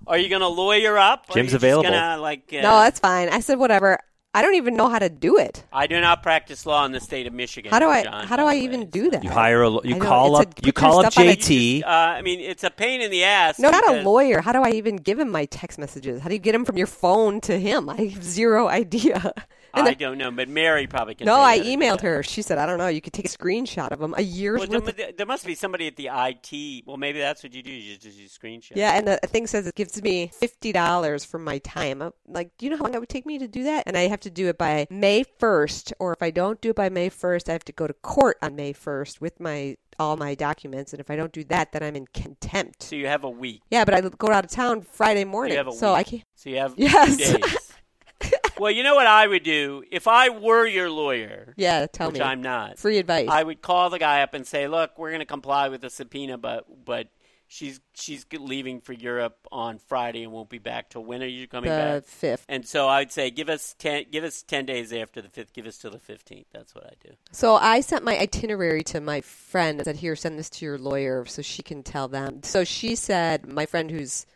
[SPEAKER 1] Are you going to lawyer up? Or
[SPEAKER 3] Jim's
[SPEAKER 1] are you just
[SPEAKER 3] available.
[SPEAKER 1] Gonna, like, uh,
[SPEAKER 2] No, that's fine. I said whatever. I don't even know how to do it.
[SPEAKER 1] I do not practice law in the state of Michigan.
[SPEAKER 2] How do I?
[SPEAKER 1] John,
[SPEAKER 2] how do
[SPEAKER 1] by
[SPEAKER 2] I
[SPEAKER 1] the way.
[SPEAKER 2] even do that?
[SPEAKER 3] You hire a lo- you
[SPEAKER 2] I know,
[SPEAKER 3] call
[SPEAKER 2] it's a-
[SPEAKER 3] up you
[SPEAKER 2] put your
[SPEAKER 3] call up
[SPEAKER 2] stuff on a-
[SPEAKER 3] JT.
[SPEAKER 1] Uh, I mean, it's a pain in the ass.
[SPEAKER 2] No, not a
[SPEAKER 1] because-
[SPEAKER 2] lawyer. How do I even give him my text messages? How do you get him from your phone to him? I have zero idea. And
[SPEAKER 1] I don't know, but Mary probably can.
[SPEAKER 2] No,
[SPEAKER 1] tell you
[SPEAKER 2] I
[SPEAKER 1] how to do
[SPEAKER 2] emailed
[SPEAKER 1] that.
[SPEAKER 2] her. She said, "I don't know. You could take a screenshot of them. A year's
[SPEAKER 1] Well, there,
[SPEAKER 2] worth." Of-
[SPEAKER 1] mu- there must be somebody at the IT. Well, maybe that's what you do. You just do screenshot.
[SPEAKER 2] yeah, and the thing says it gives me fifty dollars for my time. I'm like, do you know how long it would take me to do that? And I have to do it by May first, or if I don't do it by May first, I have to go to court on May first with my all my documents. And if I don't do that, then I'm in contempt.
[SPEAKER 1] So you have a week.
[SPEAKER 2] Yeah, but I go out of town Friday morning,
[SPEAKER 1] have a
[SPEAKER 2] so
[SPEAKER 1] week.
[SPEAKER 2] I can't.
[SPEAKER 1] So you have
[SPEAKER 2] Yes.
[SPEAKER 1] two days. well, you know what I would do if I were your lawyer,
[SPEAKER 2] Yeah, tell
[SPEAKER 1] which
[SPEAKER 2] me.
[SPEAKER 1] I'm not.
[SPEAKER 2] Free advice.
[SPEAKER 1] I would call the guy up and say, "Look, we're going to comply with the subpoena, but but she's she's leaving for Europe on Friday and won't be back till when are you coming
[SPEAKER 2] the
[SPEAKER 1] back?"
[SPEAKER 2] fifth.
[SPEAKER 1] And so I'd say, "Give us ten, give us ten days after the fifth, give us till the fifteenth. That's what I do.
[SPEAKER 2] So I sent my itinerary to my friend and said, "Here, send this to your lawyer so she can tell them." So she said, "My friend, who's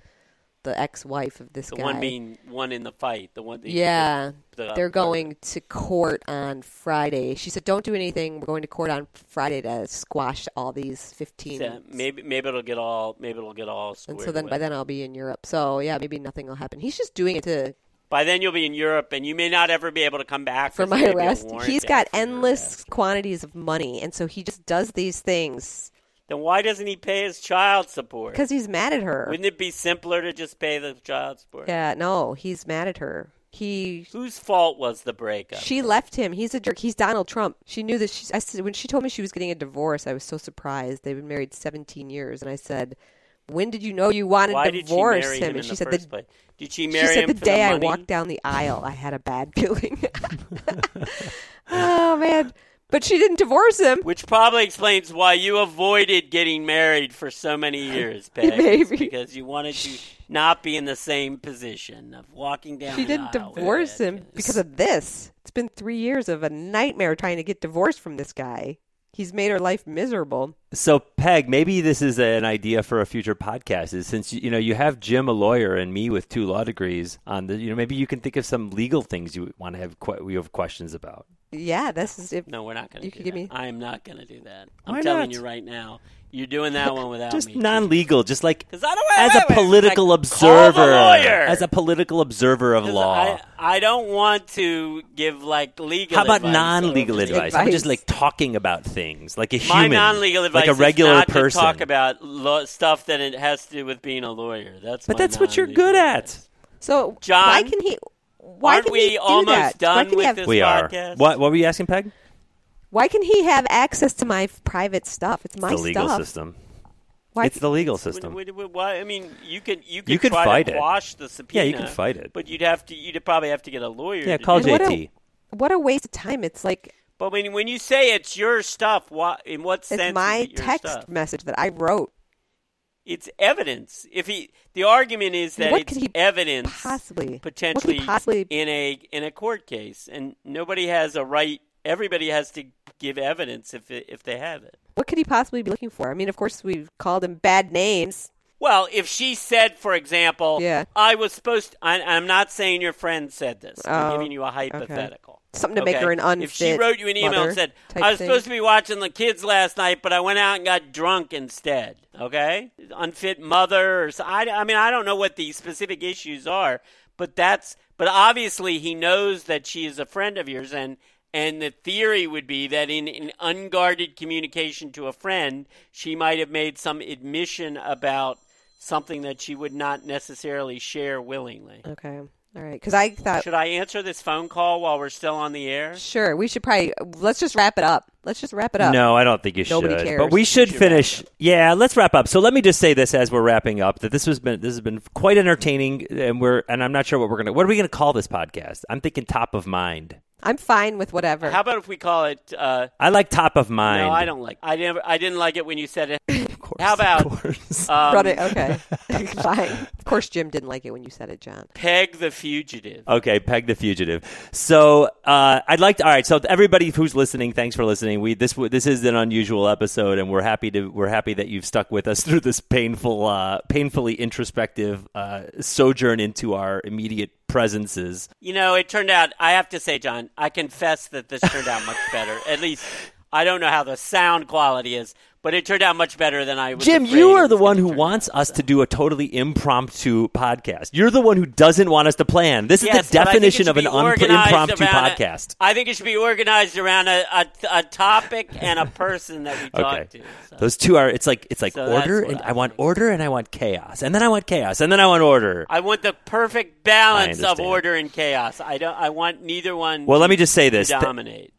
[SPEAKER 2] the ex-wife of this
[SPEAKER 1] The
[SPEAKER 2] guy,
[SPEAKER 1] one being one in the fight, the one. The,
[SPEAKER 2] yeah,
[SPEAKER 1] the-
[SPEAKER 2] they're going to court on Friday." She said, "Don't do anything. We're going to court on Friday to squash all these fifteen.
[SPEAKER 1] So maybe maybe it'll get all maybe it'll get all squared
[SPEAKER 2] and so then
[SPEAKER 1] away.
[SPEAKER 2] by then I'll be in Europe. So yeah, maybe nothing will happen. He's just doing it to
[SPEAKER 1] By then you'll be in Europe, and you may not ever be able to come back
[SPEAKER 2] for
[SPEAKER 1] 'cause
[SPEAKER 2] my
[SPEAKER 1] there may be a
[SPEAKER 2] arrest.
[SPEAKER 1] warrant
[SPEAKER 2] He's
[SPEAKER 1] out
[SPEAKER 2] got
[SPEAKER 1] for your arrest.
[SPEAKER 2] endless quantities of money, and so he just does these things
[SPEAKER 1] Then why doesn't he pay his child support?
[SPEAKER 2] because he's mad at her.
[SPEAKER 1] Wouldn't it be simpler to just pay the child support?
[SPEAKER 2] Yeah, no, he's mad at her. He
[SPEAKER 1] Whose fault was the breakup?
[SPEAKER 2] she left him. He's a jerk. He's Donald Trump. She knew that she I said when she told me she was getting a divorce, I was so surprised. They've been married 17 years and I said, "When did you know you wanted
[SPEAKER 1] why
[SPEAKER 2] to
[SPEAKER 1] did she
[SPEAKER 2] divorce
[SPEAKER 1] marry him, in
[SPEAKER 2] And she
[SPEAKER 1] the
[SPEAKER 2] said
[SPEAKER 1] first
[SPEAKER 2] the
[SPEAKER 1] place? Did she
[SPEAKER 2] she
[SPEAKER 1] marry
[SPEAKER 2] said
[SPEAKER 1] him
[SPEAKER 2] the
[SPEAKER 1] for
[SPEAKER 2] day I
[SPEAKER 1] money?
[SPEAKER 2] walked down the aisle, I had a bad feeling. oh man. But she didn't divorce him.
[SPEAKER 1] Which probably explains why you avoided getting married for so many years, Peg.
[SPEAKER 2] Maybe.
[SPEAKER 1] because you wanted to not be in the same position of walking down.
[SPEAKER 2] She
[SPEAKER 1] an
[SPEAKER 2] didn't
[SPEAKER 1] aisle with
[SPEAKER 2] divorce
[SPEAKER 1] that.
[SPEAKER 2] him because of this. It's been 3 years of a nightmare trying to get divorced from this guy. He's made her life miserable.
[SPEAKER 3] So, Peg, maybe this is an idea for a future podcast. Is since you know you have Jim, a lawyer, and me with two law degrees on the, you know, maybe you can think of some legal things you want to have que- you have questions about.
[SPEAKER 2] Yeah, this is it.
[SPEAKER 1] No, we're not going to.
[SPEAKER 2] You
[SPEAKER 1] do
[SPEAKER 2] could give
[SPEAKER 1] that.
[SPEAKER 2] me-
[SPEAKER 1] I am not going to do that.
[SPEAKER 3] Why
[SPEAKER 1] I'm telling
[SPEAKER 3] not?
[SPEAKER 1] you right now. You're doing that one without
[SPEAKER 3] Just
[SPEAKER 1] me.
[SPEAKER 3] non-legal, just like
[SPEAKER 1] 'Cause I don't-
[SPEAKER 3] as
[SPEAKER 1] wait,
[SPEAKER 3] a
[SPEAKER 1] wait, wait.
[SPEAKER 3] political
[SPEAKER 1] Like, call the
[SPEAKER 3] observer,
[SPEAKER 1] lawyer.
[SPEAKER 3] as a political observer of
[SPEAKER 1] 'Cause
[SPEAKER 3] law.
[SPEAKER 1] I, I don't want to give like legal.
[SPEAKER 3] How about
[SPEAKER 1] advice
[SPEAKER 3] non-legal
[SPEAKER 1] over the-
[SPEAKER 3] advice? I'm just
[SPEAKER 2] Advice.
[SPEAKER 3] like talking about things like a
[SPEAKER 1] My
[SPEAKER 3] human,
[SPEAKER 1] non-legal advice
[SPEAKER 3] like a regular
[SPEAKER 1] is not
[SPEAKER 3] person.
[SPEAKER 1] to talk about lo- stuff that it has to do with being a lawyer. That's
[SPEAKER 3] but
[SPEAKER 1] my
[SPEAKER 3] that's what you're
[SPEAKER 1] non-legal
[SPEAKER 3] good at.
[SPEAKER 1] advice.
[SPEAKER 2] So
[SPEAKER 1] John,
[SPEAKER 2] why can he? Why
[SPEAKER 1] aren't
[SPEAKER 2] can
[SPEAKER 1] we
[SPEAKER 2] he do
[SPEAKER 1] almost
[SPEAKER 2] that?
[SPEAKER 1] done
[SPEAKER 2] why can
[SPEAKER 1] with
[SPEAKER 2] he have,
[SPEAKER 1] this
[SPEAKER 3] we are.
[SPEAKER 1] podcast?
[SPEAKER 3] What, what were you asking, Peg?
[SPEAKER 2] Why can he have access to my f- private stuff? It's my
[SPEAKER 3] the legal
[SPEAKER 2] stuff.
[SPEAKER 3] system.
[SPEAKER 2] Why
[SPEAKER 3] it's the legal system.
[SPEAKER 1] Wait, wait, wait, why- I mean, you can you can
[SPEAKER 3] You could
[SPEAKER 1] try
[SPEAKER 3] fight
[SPEAKER 1] to
[SPEAKER 3] it.
[SPEAKER 1] quash the subpoena.
[SPEAKER 3] Yeah, you can fight it.
[SPEAKER 1] but you'd have to you'd probably have to get a lawyer.
[SPEAKER 3] yeah,
[SPEAKER 1] to
[SPEAKER 3] call
[SPEAKER 1] do it.
[SPEAKER 2] what a-
[SPEAKER 3] JT.
[SPEAKER 2] what a waste of time! It's like
[SPEAKER 1] But when when you say it's your stuff, why, in what sense?
[SPEAKER 2] it's
[SPEAKER 1] is
[SPEAKER 2] my
[SPEAKER 1] it your
[SPEAKER 2] text
[SPEAKER 1] stuff?
[SPEAKER 2] message that I wrote.
[SPEAKER 1] It's evidence. If he, the argument is that
[SPEAKER 2] What
[SPEAKER 1] it's
[SPEAKER 2] could he
[SPEAKER 1] evidence
[SPEAKER 2] possibly- what could he
[SPEAKER 1] potentially
[SPEAKER 2] possibly-
[SPEAKER 1] in a in a court case, and nobody has a right. Everybody has to give evidence if it, if they have it.
[SPEAKER 2] What could he possibly be looking for? I mean, of course, we called him bad names.
[SPEAKER 1] Well, if she said, for example,
[SPEAKER 2] Yeah.
[SPEAKER 1] I was supposed to, I, I'm not saying your friend said this. I'm
[SPEAKER 2] Oh,
[SPEAKER 1] giving you a hypothetical.
[SPEAKER 2] Something to make
[SPEAKER 1] Okay?
[SPEAKER 2] her an unfit
[SPEAKER 1] If she wrote you an email
[SPEAKER 2] mother
[SPEAKER 1] and said,
[SPEAKER 2] type
[SPEAKER 1] I was
[SPEAKER 2] thing.
[SPEAKER 1] supposed to be watching the kids last night, but I went out and got drunk instead. Okay? Unfit mother. Or so, I, I mean, I don't know what the specific issues are, but that's, but obviously he knows that she is a friend of yours and, and the theory would be that in an unguarded communication to a friend, she might have made some admission about something that she would not necessarily share willingly.
[SPEAKER 2] Okay, all right. Because I thought,
[SPEAKER 1] Should I answer this phone call while we're still on the air?
[SPEAKER 2] sure, we should probably let's just wrap it up. Let's just wrap it up.
[SPEAKER 3] No, I don't think you
[SPEAKER 2] Nobody
[SPEAKER 3] should.
[SPEAKER 2] cares.
[SPEAKER 3] But we should, finish. Yeah, let's wrap up. So let me just say this as we're wrapping up that this has been this has been quite entertaining, and we're and I'm not sure what we're gonna what are we gonna call this podcast. I'm thinking top of mind.
[SPEAKER 2] I'm fine with whatever.
[SPEAKER 1] How about if we call it? Uh,
[SPEAKER 3] I like top of mind.
[SPEAKER 1] no, I don't like. I never. I didn't like it when you said it.
[SPEAKER 3] Of course,
[SPEAKER 1] How about-
[SPEAKER 3] Of course.
[SPEAKER 1] Um,
[SPEAKER 2] Run it- Okay, fine. Of course, Jim didn't like it when you said it, John.
[SPEAKER 1] Peg the fugitive.
[SPEAKER 3] Okay, Peg the Fugitive. So uh, I'd like to. All right, so to everybody who's listening, thanks for listening. We this w- this is an unusual episode, and we're happy to we're happy that you've stuck with us through this painful, uh, painfully introspective uh, sojourn into our immediate presences.
[SPEAKER 1] You know, it turned out. I have to say, John, I confess that this turned out much better. At least I don't know how the sound quality is, but it turned out much better than I was.
[SPEAKER 3] Jim,
[SPEAKER 1] afraid
[SPEAKER 3] you
[SPEAKER 1] it
[SPEAKER 3] are
[SPEAKER 1] was
[SPEAKER 3] the one
[SPEAKER 1] gonna
[SPEAKER 3] who
[SPEAKER 1] turn
[SPEAKER 3] wants us to do a totally impromptu podcast. You're the one who doesn't want us to plan. This is
[SPEAKER 1] Yes,
[SPEAKER 3] the
[SPEAKER 1] but I think it
[SPEAKER 3] definition
[SPEAKER 1] should
[SPEAKER 3] of an
[SPEAKER 1] be
[SPEAKER 3] un-
[SPEAKER 1] organized
[SPEAKER 3] impromptu
[SPEAKER 1] around a-
[SPEAKER 3] podcast.
[SPEAKER 1] I think it should be organized around a, a, a topic and a person that we talk
[SPEAKER 3] Okay.
[SPEAKER 1] to. So.
[SPEAKER 3] Those two are. It's like it's like
[SPEAKER 1] So that's
[SPEAKER 3] order,
[SPEAKER 1] what
[SPEAKER 3] and
[SPEAKER 1] I
[SPEAKER 3] I want order, and I want chaos, and then I want chaos, and then I want order.
[SPEAKER 1] I want the perfect balance
[SPEAKER 3] I
[SPEAKER 1] of
[SPEAKER 3] understand.
[SPEAKER 1] order and chaos. I don't. I want neither one.
[SPEAKER 3] Well, let me just say
[SPEAKER 1] to
[SPEAKER 3] this. Th-
[SPEAKER 1] dominate.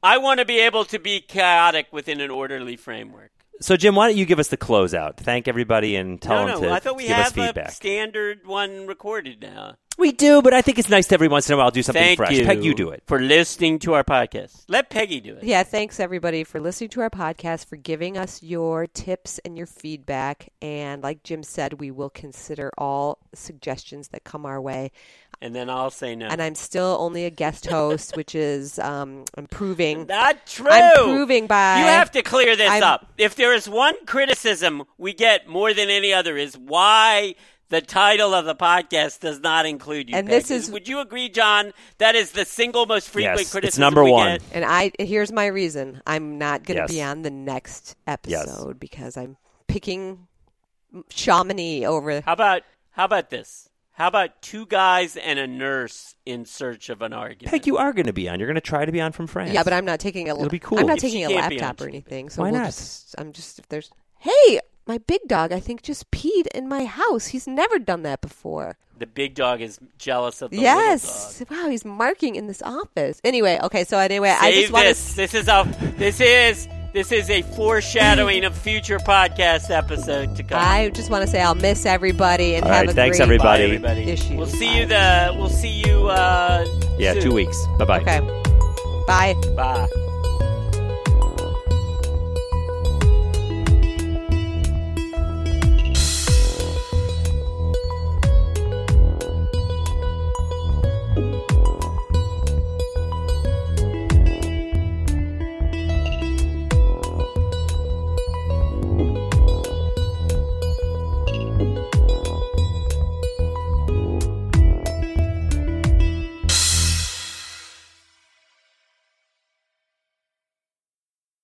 [SPEAKER 1] I want to be able to be chaotic within an orderly framework.
[SPEAKER 3] So, Jim, why don't you give us the closeout? Thank everybody and tell
[SPEAKER 1] no,
[SPEAKER 3] them
[SPEAKER 1] no,
[SPEAKER 3] to
[SPEAKER 1] I thought we
[SPEAKER 3] give us
[SPEAKER 1] have
[SPEAKER 3] feedback.
[SPEAKER 1] a standard one recorded now.
[SPEAKER 3] we do, but I think it's nice to every once in a while do something
[SPEAKER 1] Thank
[SPEAKER 3] fresh.
[SPEAKER 1] you,
[SPEAKER 3] Peg, you do it.
[SPEAKER 1] for listening to our podcast. Let Peggy do it.
[SPEAKER 2] Yeah, thanks everybody for listening to our podcast, for giving us your tips and your feedback. And like Jim said, we will consider all suggestions that come our way.
[SPEAKER 1] and then I'll say no.
[SPEAKER 2] And I'm still only a guest host, which is um, improving.
[SPEAKER 1] Not true.
[SPEAKER 2] I'm proving by
[SPEAKER 1] You have to clear this
[SPEAKER 2] I'm-
[SPEAKER 1] up. If there is one criticism we get more than any other is why the title of the podcast does not include you.
[SPEAKER 2] And
[SPEAKER 1] Peg.
[SPEAKER 2] this is-
[SPEAKER 1] would you agree, John? That is the single most frequent
[SPEAKER 3] Yes, it's
[SPEAKER 1] criticism.
[SPEAKER 3] number
[SPEAKER 1] we
[SPEAKER 3] one.
[SPEAKER 1] get.
[SPEAKER 2] And I here's my reason: I'm not going to
[SPEAKER 3] Yes.
[SPEAKER 2] be on the next episode because I'm picking Chamonix over.
[SPEAKER 1] How about how about this? How about two guys and a nurse in search of an argument?
[SPEAKER 3] Peg, you are going to be on. You're going to try to be on from France.
[SPEAKER 2] Yeah, but I'm not taking a.
[SPEAKER 3] It'll be cool.
[SPEAKER 2] I'm not
[SPEAKER 1] If
[SPEAKER 2] taking
[SPEAKER 1] she
[SPEAKER 2] a
[SPEAKER 1] can't be on
[SPEAKER 2] laptop or
[SPEAKER 1] TV.
[SPEAKER 2] anything. So
[SPEAKER 3] Why
[SPEAKER 2] we'll
[SPEAKER 3] not?
[SPEAKER 2] Just, I'm just if there's. Hey, my big dog, I think just peed in my house. He's never done that before.
[SPEAKER 1] the big dog is jealous of the
[SPEAKER 2] yes. Wow, he's marking in this office. Anyway, okay. So anyway,
[SPEAKER 1] little dog.
[SPEAKER 2] I
[SPEAKER 1] Save
[SPEAKER 2] just want
[SPEAKER 1] this. This is a this is this is a foreshadowing of future podcast episode to come.
[SPEAKER 2] I just want to say I'll miss everybody and
[SPEAKER 3] All
[SPEAKER 2] have
[SPEAKER 3] right,
[SPEAKER 2] a
[SPEAKER 3] thanks,
[SPEAKER 2] great
[SPEAKER 1] Bye,
[SPEAKER 3] everybody.
[SPEAKER 1] everybody.
[SPEAKER 2] Issue.
[SPEAKER 1] We'll see you the we'll see you uh
[SPEAKER 3] yeah,
[SPEAKER 1] soon.
[SPEAKER 3] two weeks. Bye bye.
[SPEAKER 2] Okay. Bye.
[SPEAKER 1] Bye.